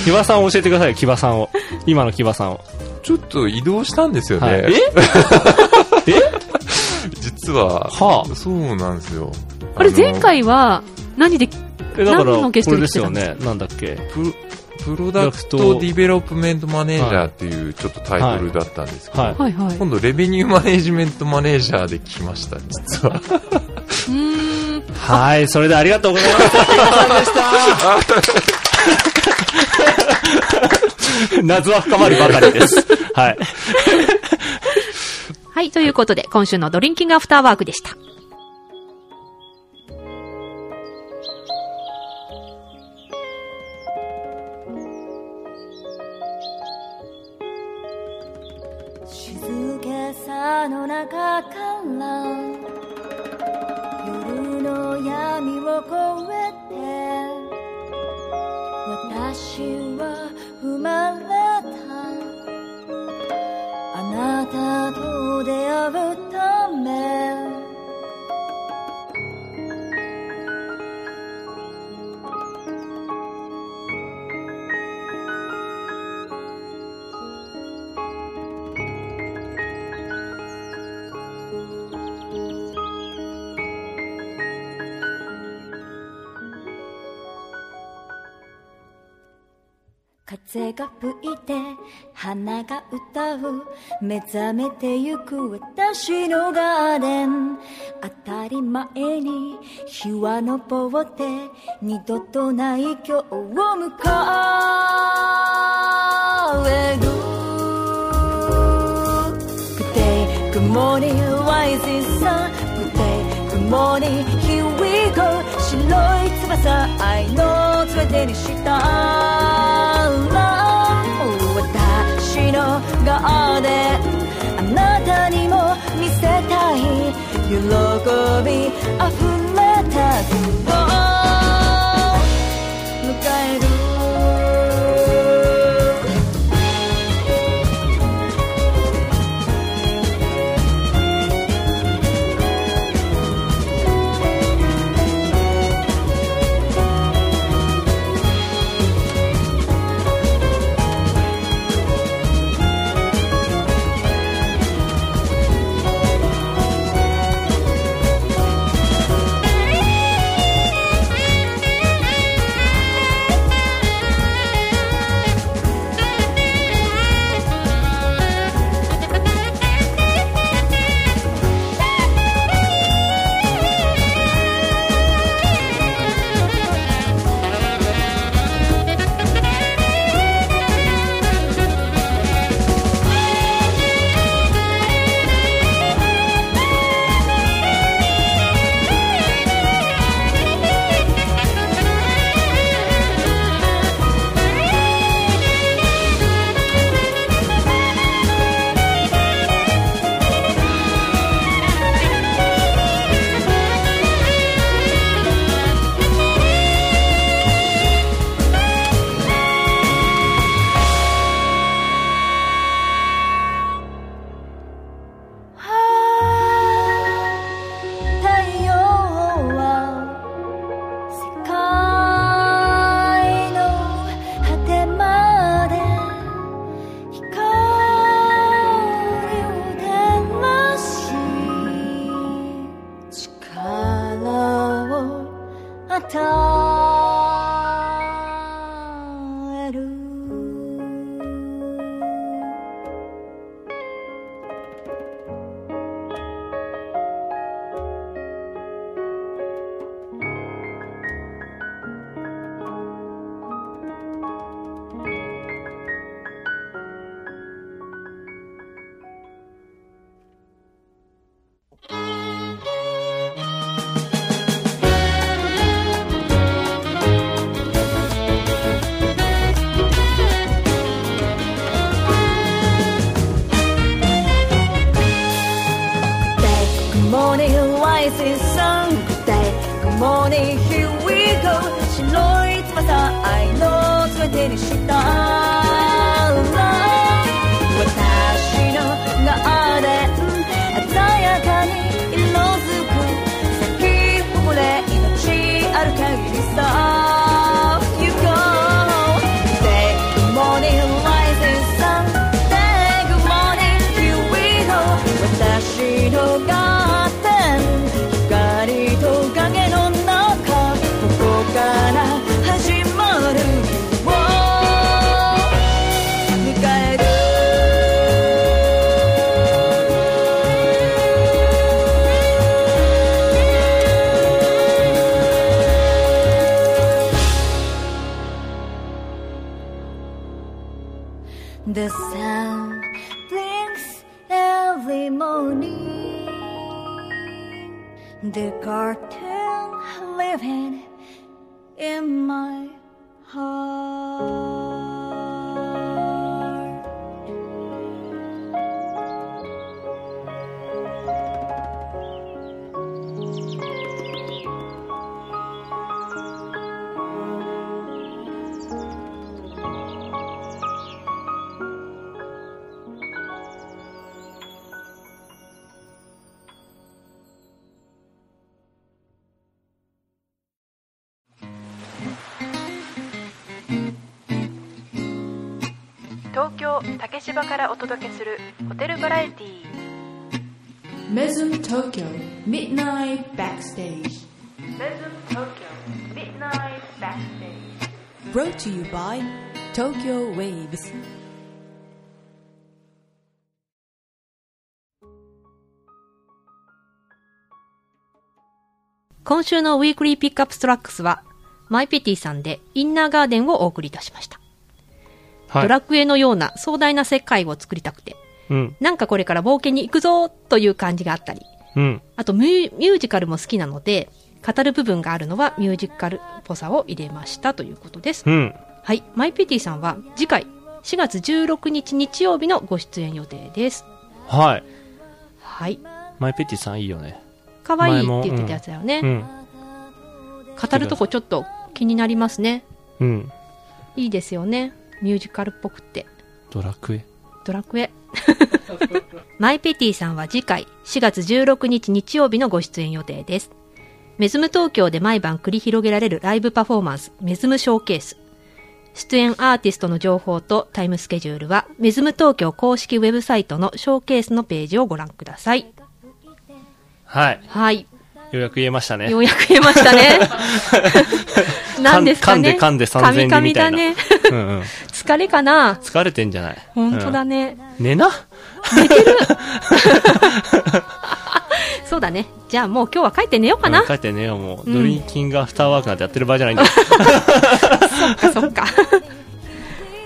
木場さんを教えてくださいよ、木場さんを。今の木場さんを。ちょっと移動したんですよね。はい、え実は、はあそうなんですよ。これあの前回は、何で、えだから、何のこゲストれにで来すてたよんですね。なんだっけ。プロ、プロダクトディベロップメントマネージャーっていうちょっとタイトルだったんですけど、はいはいはい。う今度レベニューマネジメントマネージャーで来ました、実は。ーん。はい、それでありがとうございました。 謎は深まるばかりです。はい。はい、ということで、今週のドリンキングアフターワークでした。静けさの中から夜の闇を越えて私は生まれたあなたと出会うため風が吹いて花が歌う目覚めてゆく私のガーデン当たり前に日は昇って二度とない今日を迎える Good day, good morning, rising sun. Good day, good morning, here we go. 白い翼、愛の連れ手にした。私のガーデン、あなたにも見せたい。喜び溢れた日を迎える。太陽は世界の果てまで光を照らし力を与える「Good day, good morning, rising sun. Good day, good morning, here we go. 白い翼、愛の全てにした。私のガーデン、鮮やかに色づく。咲き誇れ、命ある限りさ。You go. Good day, good morning, rising sun. Good day, good morning, here we go. 私のガーデン光と影の中ここから始まる日を The curtain living in my heart. 東京竹芝からお届けするホテルバラエティーメズム東京 Midnight Backstage メズム東京 Midnight Backstage Brought to you by Tokyo Waves 今週のウィークリーピックアップストラックスは、マイペティさんでインナーガーデンをお送りいたしました。はドい。ラクエのような壮大な世界を作りたくて、うん。なんかこれから冒険に行くぞという感じがあったり、うん。あとミュミュージカルも好きなので、語る部分があるのはミュージカルっぽさを入れましたということです。うん。はい。マイペティさんは次回4月16日日曜日のご出演予定です。はい。はい。マイペティさんいいよね。可愛いって言ってたやつだよね。うん。語るとこちょっと気になりますね。うん。いいですよね。ミュージカルっぽくて。ドラクエ。ドラクエ。 マイペティさんは次回4月16日日曜日のご出演予定です。メズム東京で毎晩繰り広げられるライブパフォーマンス、メズムショーケース。出演アーティストの情報とタイムスケジュールは、メズム東京公式ウェブサイトのショーケースのページをご覧ください。はい。はい。ようやく言えましたねよ。うやく言えまし たね。何ですかね。噛んで噛んで3000噛み噛みみただいなね。うんうん。疲れかな疲れてんじゃない本当だね。ね。うん寝なそうだね。じゃあもう今日は帰って寝ようかな。帰って寝よう、もう。ドリンキングアフターワークなんてやってる場合じゃないんだ。 そっか。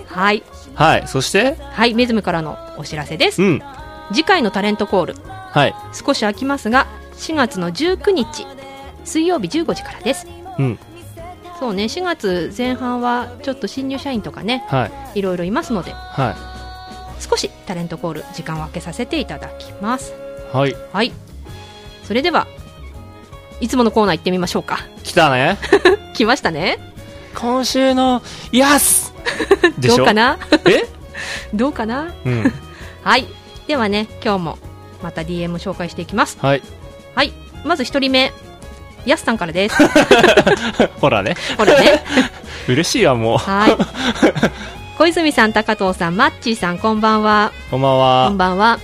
はい。はい。そして、はい、メズムからのお知らせですう。ん。次回のタレントコール、はい。少し空きますが、4月の19日、水曜日15時からです。うん。そうね、4月前半はちょっと新入社員とかね、はい。いろいろいますので、は少しタレントコール、時間を空けさせていただきます。い。はい。はい。それでは、いつものコーナー行ってみましょうか。来たね。来ましたね。今週の、イエスでしょどうかなえ どうかなうん。はい。ではね、今日もまた DM 紹介していきます。はい。はい。まず一人目。やすさんから です。ほらね。ほらね。嬉しいわ、もう。はい。小泉さん、高藤さん、マッチーさん、こんばんは。こんばんこはん。ばんは。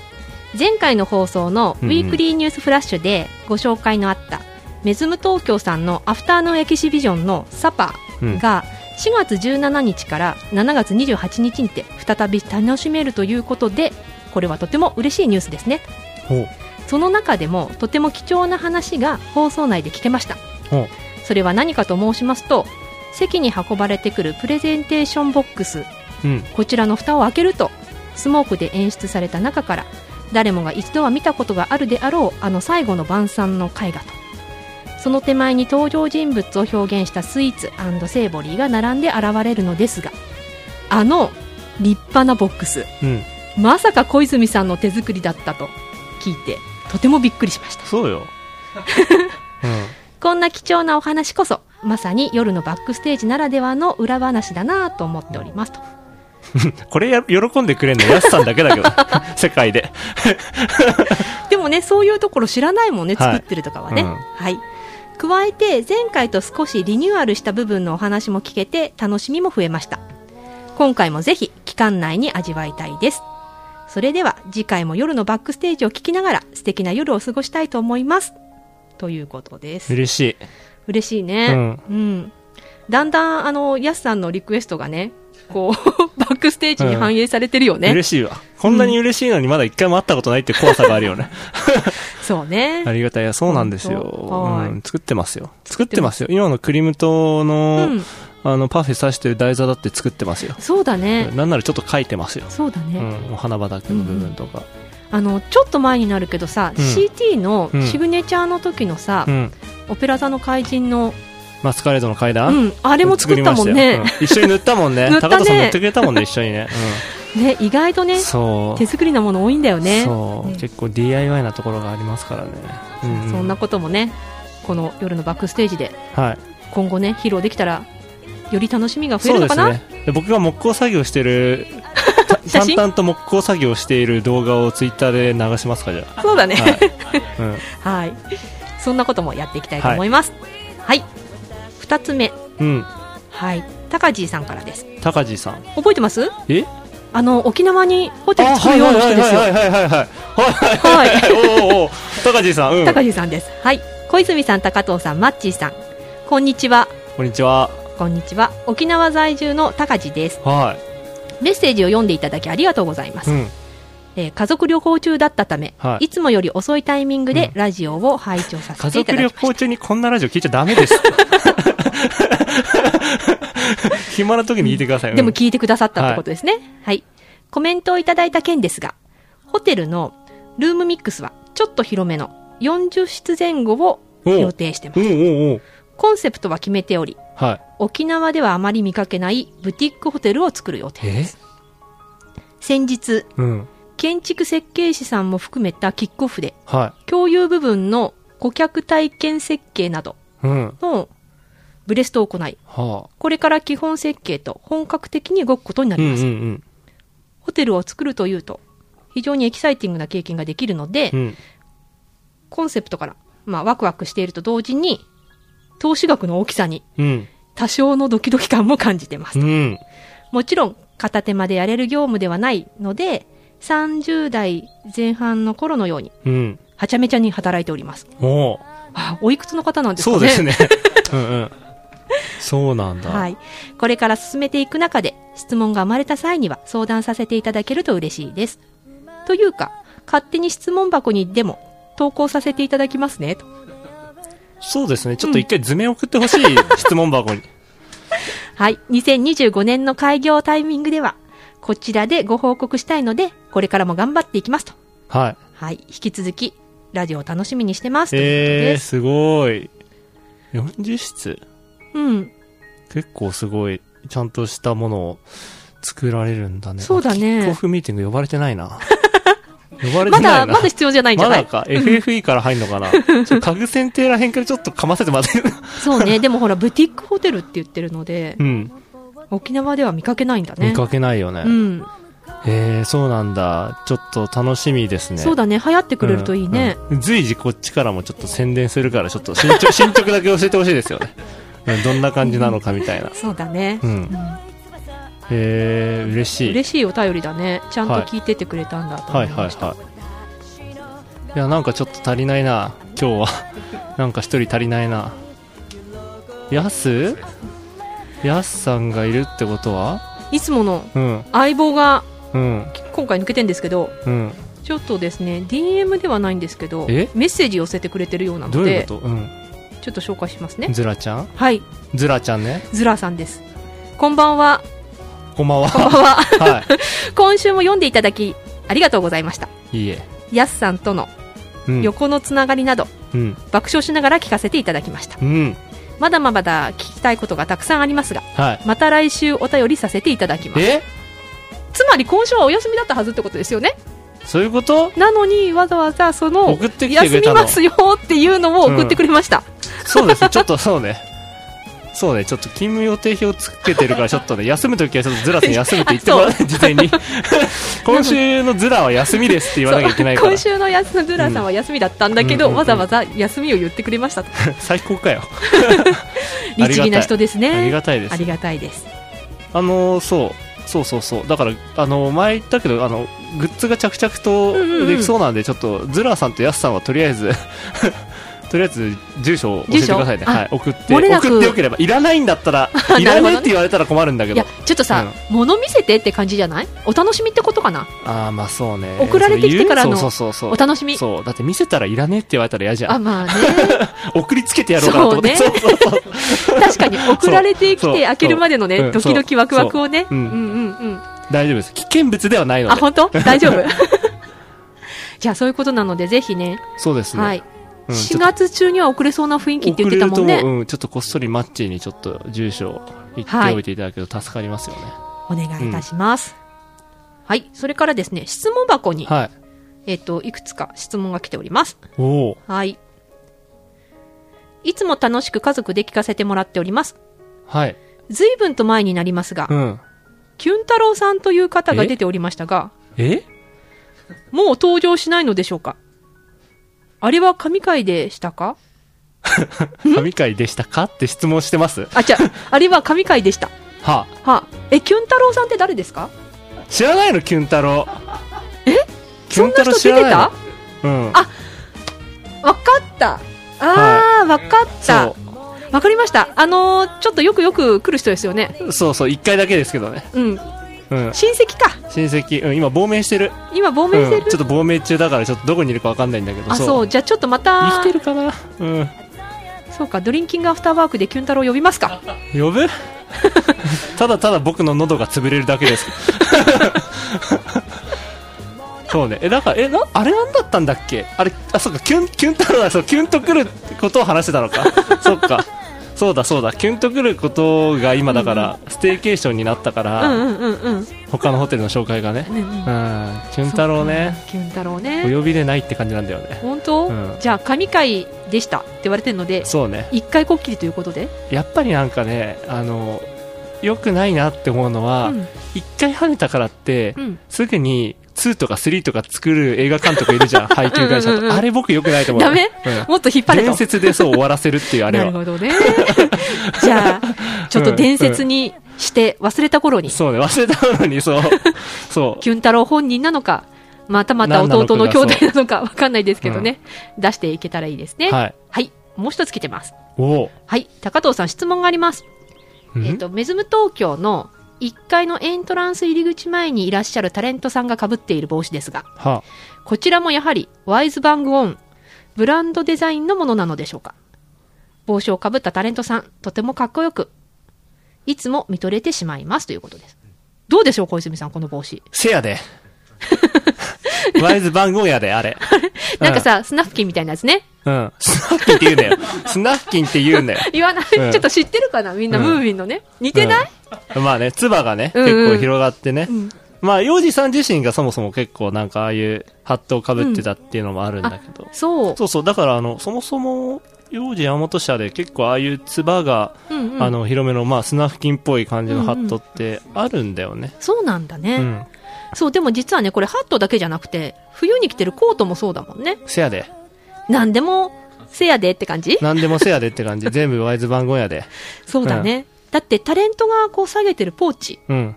前回の放送のウうんうんィークリーニュースフラッシュでご紹介のあった、メズム東京さんのアフターヌーンエキシビジョンのサパうんが4月17日から7月28日にて再び楽しめるということで、これはとても嬉しいニュースですね。ほう。その中でもとても貴重な話が放送内で聞けましたほうそれは何かと申しますと席に運ばれてくるプレゼンテーションボックスうん。こちらの蓋を開けるとスモークで演出された中から誰もが一度は見たことがあるであろうあの最後の晩餐の絵画とその手前に登場人物を表現したスイーツセーボリーが並んで現れるのですがあの立派なボックスうん。まさか小泉さんの手作りだったと聞いてとてもびっくりしましたそう よ。うん。こんな貴重なお話こそまさに夜のバックステージならではの裏話だなぁと思っておりますとこれや喜んでくれんのやすさんだけだけど 世界ででもねそういうところ知らないもんねはい作ってるとかはねうんはい、加えて前回と少しリニューアルした部分のお話も聞けて楽しみも増えました今回もぜひ期間内に味わいたいですそれでは次回も夜のバックステージを聞きながら素敵な夜を過ごしたいと思いますということです嬉しい嬉しいね。うん。だんだん、あの、ヤスさんのリクエストがね、こう、バ ックステージに反映されてるよね。嬉しいわこんなに嬉しいのにまだ一回も会ったことないって怖さがあるよねそうねあ。りがたいいやそうなんですよ、本当はいうん、作ってますよ作ってますよ今のクリムトの,、うんあのパフェ刺してる台座だって作ってますよそうだね。なんならちょっと書いてますよ、そうだうね。ん、お花畑の部分とか、あのちょっと前になるけどさ、うん CT のうんシグネチャーの時のさ、うん。オペラ座の怪人の、マスカレードの階う段ん、あれも作ったもん作ね,、りましたようん一緒 に塗ったもんね塗ったね高田さん塗ってくれたもんね一緒にね、 ね意外とうね ん、そう手作りなもの多いんだよねそう、うん結構 DIY なところがありますからね、うんそんなこともねこの夜のバックステージではい今後ね披露できたらより楽しみが増そえるうのでかすな、ねで僕が木工作業して るた写真淡々と木工作業している動画をツイッターで流しますかじゃそうだねあ、はいうんはい、そんなこともやっていきたいと思いますはい、2つ目うん、はい高地さんからです高地さん。覚えてますえあの沖縄にホテルあ作るような人ですよはいはいはいはいはい。ははいいはいはい。おうおう高地さん、うん。高地さんですはい小泉さん高藤さんマッチーさんこんにちはこんにちは。こんにちは沖縄在住の高地ですはメッセージを読んでいただきありがとうございますい。うん。えー家族旅行中だったため、、はいいつもより遅いタイミングでうんラジオを拝聴家させていた族だきま旅した、行中にこんなラジオ聞いちゃダメ です。暇な時に聞いてください。うんでも聞いてくださったってことですねはい、コメントをいただいた件ですがホテルのルームミックスはちょっと広めの40室前後を予定してますおうおうおう。コンセプトは決めておりはい。沖縄ではあまり見かけないブティックホテルを作る予定え先日うん。建築設計士さんも含めたキックオフでは共有部分の顧客体験設計などい。うん。はのブレストを行い、あ。これから基本設計と本格的に動くことになうりんまうんす。うん。ホテルを作るというと、非常にエキサイティングな経験ができるので、うん。コンセプトから、まあ、ワクワクしていると同時に、投資額の大きさにうん。多少のドキドキ感も感じてます。うん。もちろん、片手までやれる業務ではないので、30代前半の頃のように、うん。はちゃめちゃに働いております。おうあ、おいくつの方なんですそかねうです ね。うんうん。そうなんだ。はい。これから進めていく中で、質問が生まれた際には相談させていただけると嬉しいです。というか、勝手に質問箱にでも投稿させていただきますね。とそうですね。ちょっと一回図面送ってほしい、質問箱に。はい。2025年の開業タイミングでは、こちらでご報告したいので、これからも頑張っていきますと。はい。 はい。引き続き、ラジオを楽しみにしてます。ということえでー、す。すごい。40室うん。結構すごい。ちゃんとしたものを作られるんだね。そうだねあキックオフミーティング呼ばれてない な。呼ばれまてなだ、いな。まだ必要じゃないんじゃまなだいか。FFE から入んのかな。ちょっと家具選定らへんからちょっとかませてもらって。そうね。でもほら、ブティックホテルって言ってるので う、ん。沖縄では見かけないんだね。見かけないよね。うん。えー、そうなんだ。ちょっと楽しみですね。そうだね。流行ってくれるといいね。うんうん随時こっちからもちょっと宣伝するから、ちょっと進 捗、進捗だけ教えてほしいですよね。うんどんな感じなのかみたいな。そうだねう。ん。えー、嬉しい。嬉しいお便りだね。ちゃんとはい聞いててくれたんだと思はいいはいました。はい。いや、なんかちょっと足りないな。今日は。 なんか一人足りないな。やすやすさんがいるってことはいつものうん、相棒がうん、今回抜けてんですけど、うん。ちょっとですね、DM ではないんですけど、メえッセージ寄せてくれてるようなどのういうで、ことうん。ちょっと紹介しますね。ズラちゃんはい、ズラちゃんね。ズラさんです。こんばんは。こんばんは。こんばんは。 は今週も読んでいただき、ありがとうございました。い。いいえ。やすさんとのうん。横のつながりなど、うん。爆笑しながら聞かせていただきました。うん。まだまだ聞きたいことがたくさんありますが、はい。また来週お便りさせていただきます。えつまり今週はお休みだったはずってことですよね。そういうことなのにわざわざその送ってきてく休れみたのますよっていうのを送ってくれました。そうですね、ちょっとそうね。そうね、ちょっと勤務予定表つけてるから、ちょっとね、休むときはちょっとズラさん休むって言ってもらわない、事前 に。今週のズラは休みですって言わなきゃいけないから今、週のやすずらさんは休みだったんだけど、うんわざわざ休みを言ってくれましたと。最高かよ。ありがたい律儀な人ですね。ありがたいですあ。りがたいです。あのー、そう、そうそうそう。だから、あのー、前言ったけど、あの、グッズが着々うんうんうとんできそうなんで、ちょっと、ズラさんとヤスさんはとりあえず、 とりあえず、住所を教えてくださいね。住所はい。送って、漏れなく、送ってよければ。いらないんだったらい らなるほどねねえって言われたら困るんだけいどや。、ちょっとさ、物見せてって感じじゃないお楽しみってことかなああ、まあそうね。送られてきてからのそうそうそうそうお楽しみ。そう。だって見せたらいらねえって言われたら嫌じゃあ、ん。まあね。送りつけてやろうかなと思って。そう ねそうそうそう確かに送られてきそうそてう開けるまでのうね、んドキドキワクワクをね。うそんうううんんうんうん。大丈夫です。危険物ではないのあ、で。本当大丈夫 じゃあそういうことなので、ぜひね、そうですね。はい。うんちょ4っと月中には遅れそうな雰囲気って言ってたもん送れるとね。思ううん、ちょっとこっそりマッチにちょっと住所言っておいていただけると助かりますよね。お願いいたします。はい。それからですね、質問箱に、はい。えっ、と、いくつか質問が来ております。おおはい。いつも楽しく家族で聞かせてもらっております。はい。ずいぶんと前になりますがう、ん。キュン太郎さんという方が出ておりましたが、えもう登場しないのでしょうかあれは神回でしたか神回でしたかって質問してますはあ、じゃあ、あれは神回でした。あ。はあ、え、キュン太郎さんって誰ですか知らないのキュン太郎。えキそュンんな太人郎出知てらないたのうん。あわかった。あー、わ、かったそ。わかりました。あのーちょっとよくよく来る人ですよね。う。そうそう、一回だけですけどね。うん。うん。親戚か。親戚、うん、今亡命してる。今、亡命してる、うん、ちょっと亡命中だからちょっとどこにいるかわかんないんだけどあ、そうう。じゃあちょっとまた。生きてるかなうんそうか、ドリンキングアフターワークでキュン太郎呼びますか。呼 ぶただただ僕の喉が潰れるだけです そうねえだからえなあれなんだったんだっけあれあそうかキュンキュン太郎だそうキュンとくることを話してた のかそっかそうだそうだキュンとくることが今だから、ステーケーションになったかうら、んうんうんうん。他のホテルの紹介がね、うねんね、キュン太郎ねキュン太郎おね。呼びでないって感じなんだよね本当、うんじゃあ、神回でしたって言われてるので、そうね一回こっきりということで。やっぱりなんかねあの良くないなって思うのは、うん。一回跳ねたからって、うん。すぐに2とか3とか作る映画監督い るじゃん、配給会社うんうんうと。んあれ僕良くないと思う。ダメうんもっと引っ張れと伝。説でそう終わらせるっていうあれなるは。ほどね。 じゃあ、ちょっと伝説にして、忘れた頃に、そうね、忘れたのに、 そう。そう。キュン太郎本人なのか、またまた弟の兄弟なのかわかんないですけどね、出していけたらいいですね。はい。はい。もう一つ来てます。おお。はい。高藤さん質問があります。うんえっ、と、メズム東京の1階のエントランス入り口前にいらっしゃるタレントさんが被っている帽子ですが、はこちらもやはりワイズバングオン、ブランドデザインのものなのでしょうか。帽子を被ったタレントさん、とてもかっこよく、いつも見とれてしまいますということです。どうでしょう、小泉さん、この帽子。せや で。ワイズ番号やで、あれ。なんかさ、スナフキンみたいなやつね。うん。スナフキンって言うなよ。スナフキンって言うなよ。 言わない、うんちょっと知ってるかなみんな、うんムーミンのね。似てない、うんまあね、唾がね、うんうん結構広がってね。うんまあ、洋二さん自身がそもそも結構なんかああいうハットを被ってたっていうのもあるんだけど。そう。そうそう、だからあの、そもそも、幼児山本社で結構ああいうつばが、うんうんあの、広めの、まあ、スナフキンっぽい感じのハットってあるんだよね。そうなんだね、うん。そう、でも実はね、これハットだけじゃなくて、冬に着てるコートもそうだもんね。せやで。なんでも、せやでって感じなんでもせやでって感 じ。全部ワイズ番号やで。そうだね。だってタレントがこう下げてるポーチ。うん。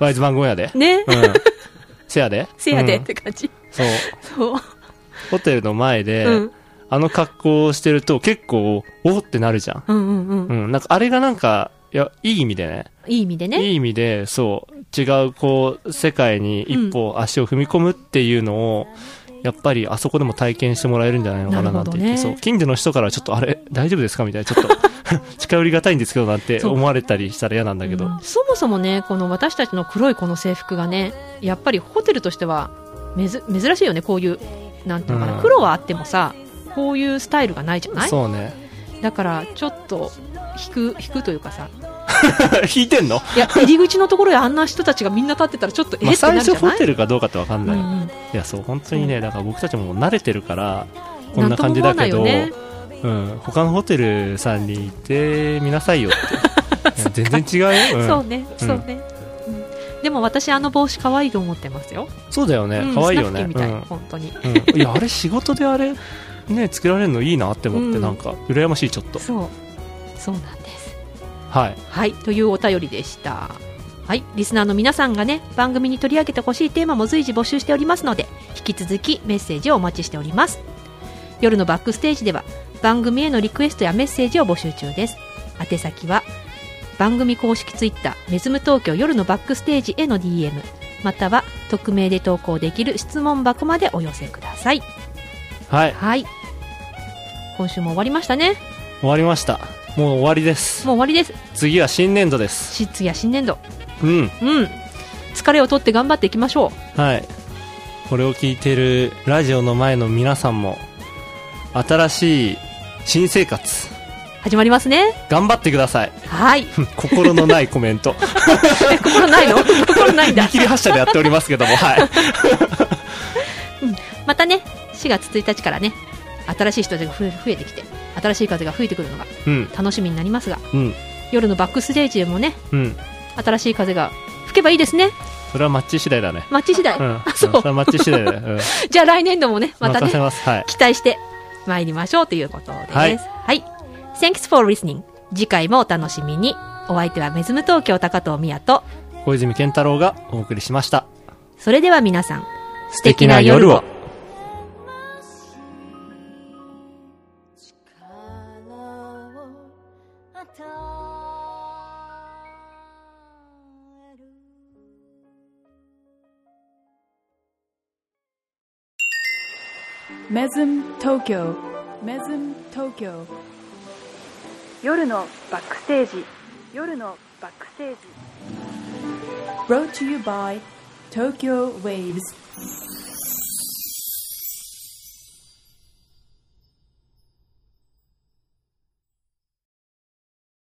ワイズ番号やで。ね。うん。 せやで。せやでっうんて感じ。そう。そう。ホテルの前で、うんあの格好をしてると結構、おってなるじゃん。うんうんうう。んん。なんか、あれがなんか、いや、いい意味でね。いい意味でね。いい意味で、そう、違う、こう、世界に一歩足を踏み込むっていうのを、やっぱりあそこでも体験してもらえるんじゃないのかなななんるほてど言って、ねそう、近所の人からちょっとあれ、大丈夫ですかみたいな、ちょっと、 近寄りがたいんですけどなんてそう思われたりしたら嫌なんだけど、そもそもね、この私たちの黒いこの制服がね、やっぱりホテルとしては、めず、珍しいよね、こういう、なんていうのかな、うん黒はあってもさ、こういうスタイルがないじゃないそうね。 だから、ちょっと、引く、引くというかさ、引いてんの いや、入り口のところであんな人たちがみんな立ってたら、ちょっと、まあ、えってな最るじ初ゃホないテルかどうかってわかんうない。んうんいや、そう、本当にね、だから僕たちももう慣れてるから、こんな感じだけど、なんともうん、他のホテルさんに行ってみなさいよ って。いや全然違うよ。うんそうね、うんそうね、うんでも私あの帽子可愛いと思ってますよ。そうだよねうん。可愛いよね。スナフキンみたい、うん本当に。うんいやあれ仕事であれね作られるのいいなって思って、うんなんか羨ましいちょっとそう、そうなんです。はいはい、というお便りでした。はい、リスナーの皆さんがね、番組に取り上げてほしいテーマも随時募集しておりますので、引き続きメッセージをお待ちしております。夜のバックステージでは、番組へのリクエストやメッセージを募集中です。宛先は、番組公式ツイッター、メズム東京夜のバックステージへの DM、または、匿名で投稿できる質問箱までお寄せください。はいはい。今週も終わりましたね。終わりましたもう終わりですもう終わりです。次は新年度ですシッツや新年度。うんうん。疲れを取って頑張っていきましょう。はいこれを聞いてるラジオの前の皆さんも新しい新生活始まりますね。頑張ってくださいはい。 心のないコメントえ 心ないの心 ないんだ見。切り発車でやっておりますけどもはい またね、4月1日からね、新しい人たちが増え増えてきて、新しい風が吹いてくるのがうん楽しみになりますが、うん夜のバックステージでもね、うん新しい風が吹けばいいですね。それはマッチ次第だねマッチ次第。うん あ、それはう。マッチ次第 だね、うん、じゃあ来年度もね、また任せね、ますはい期待して参りましょうということです。ははいい。 Thanks for listening. 次回もお楽しみに。お相手はメズム東京高藤宮と、小泉健太郎がお送りしましたそれでは皆さん、素敵な夜を力を与えるメズム東京メズム東京夜のバックステージ夜のバックステージ Brought to you by Tokyo Waves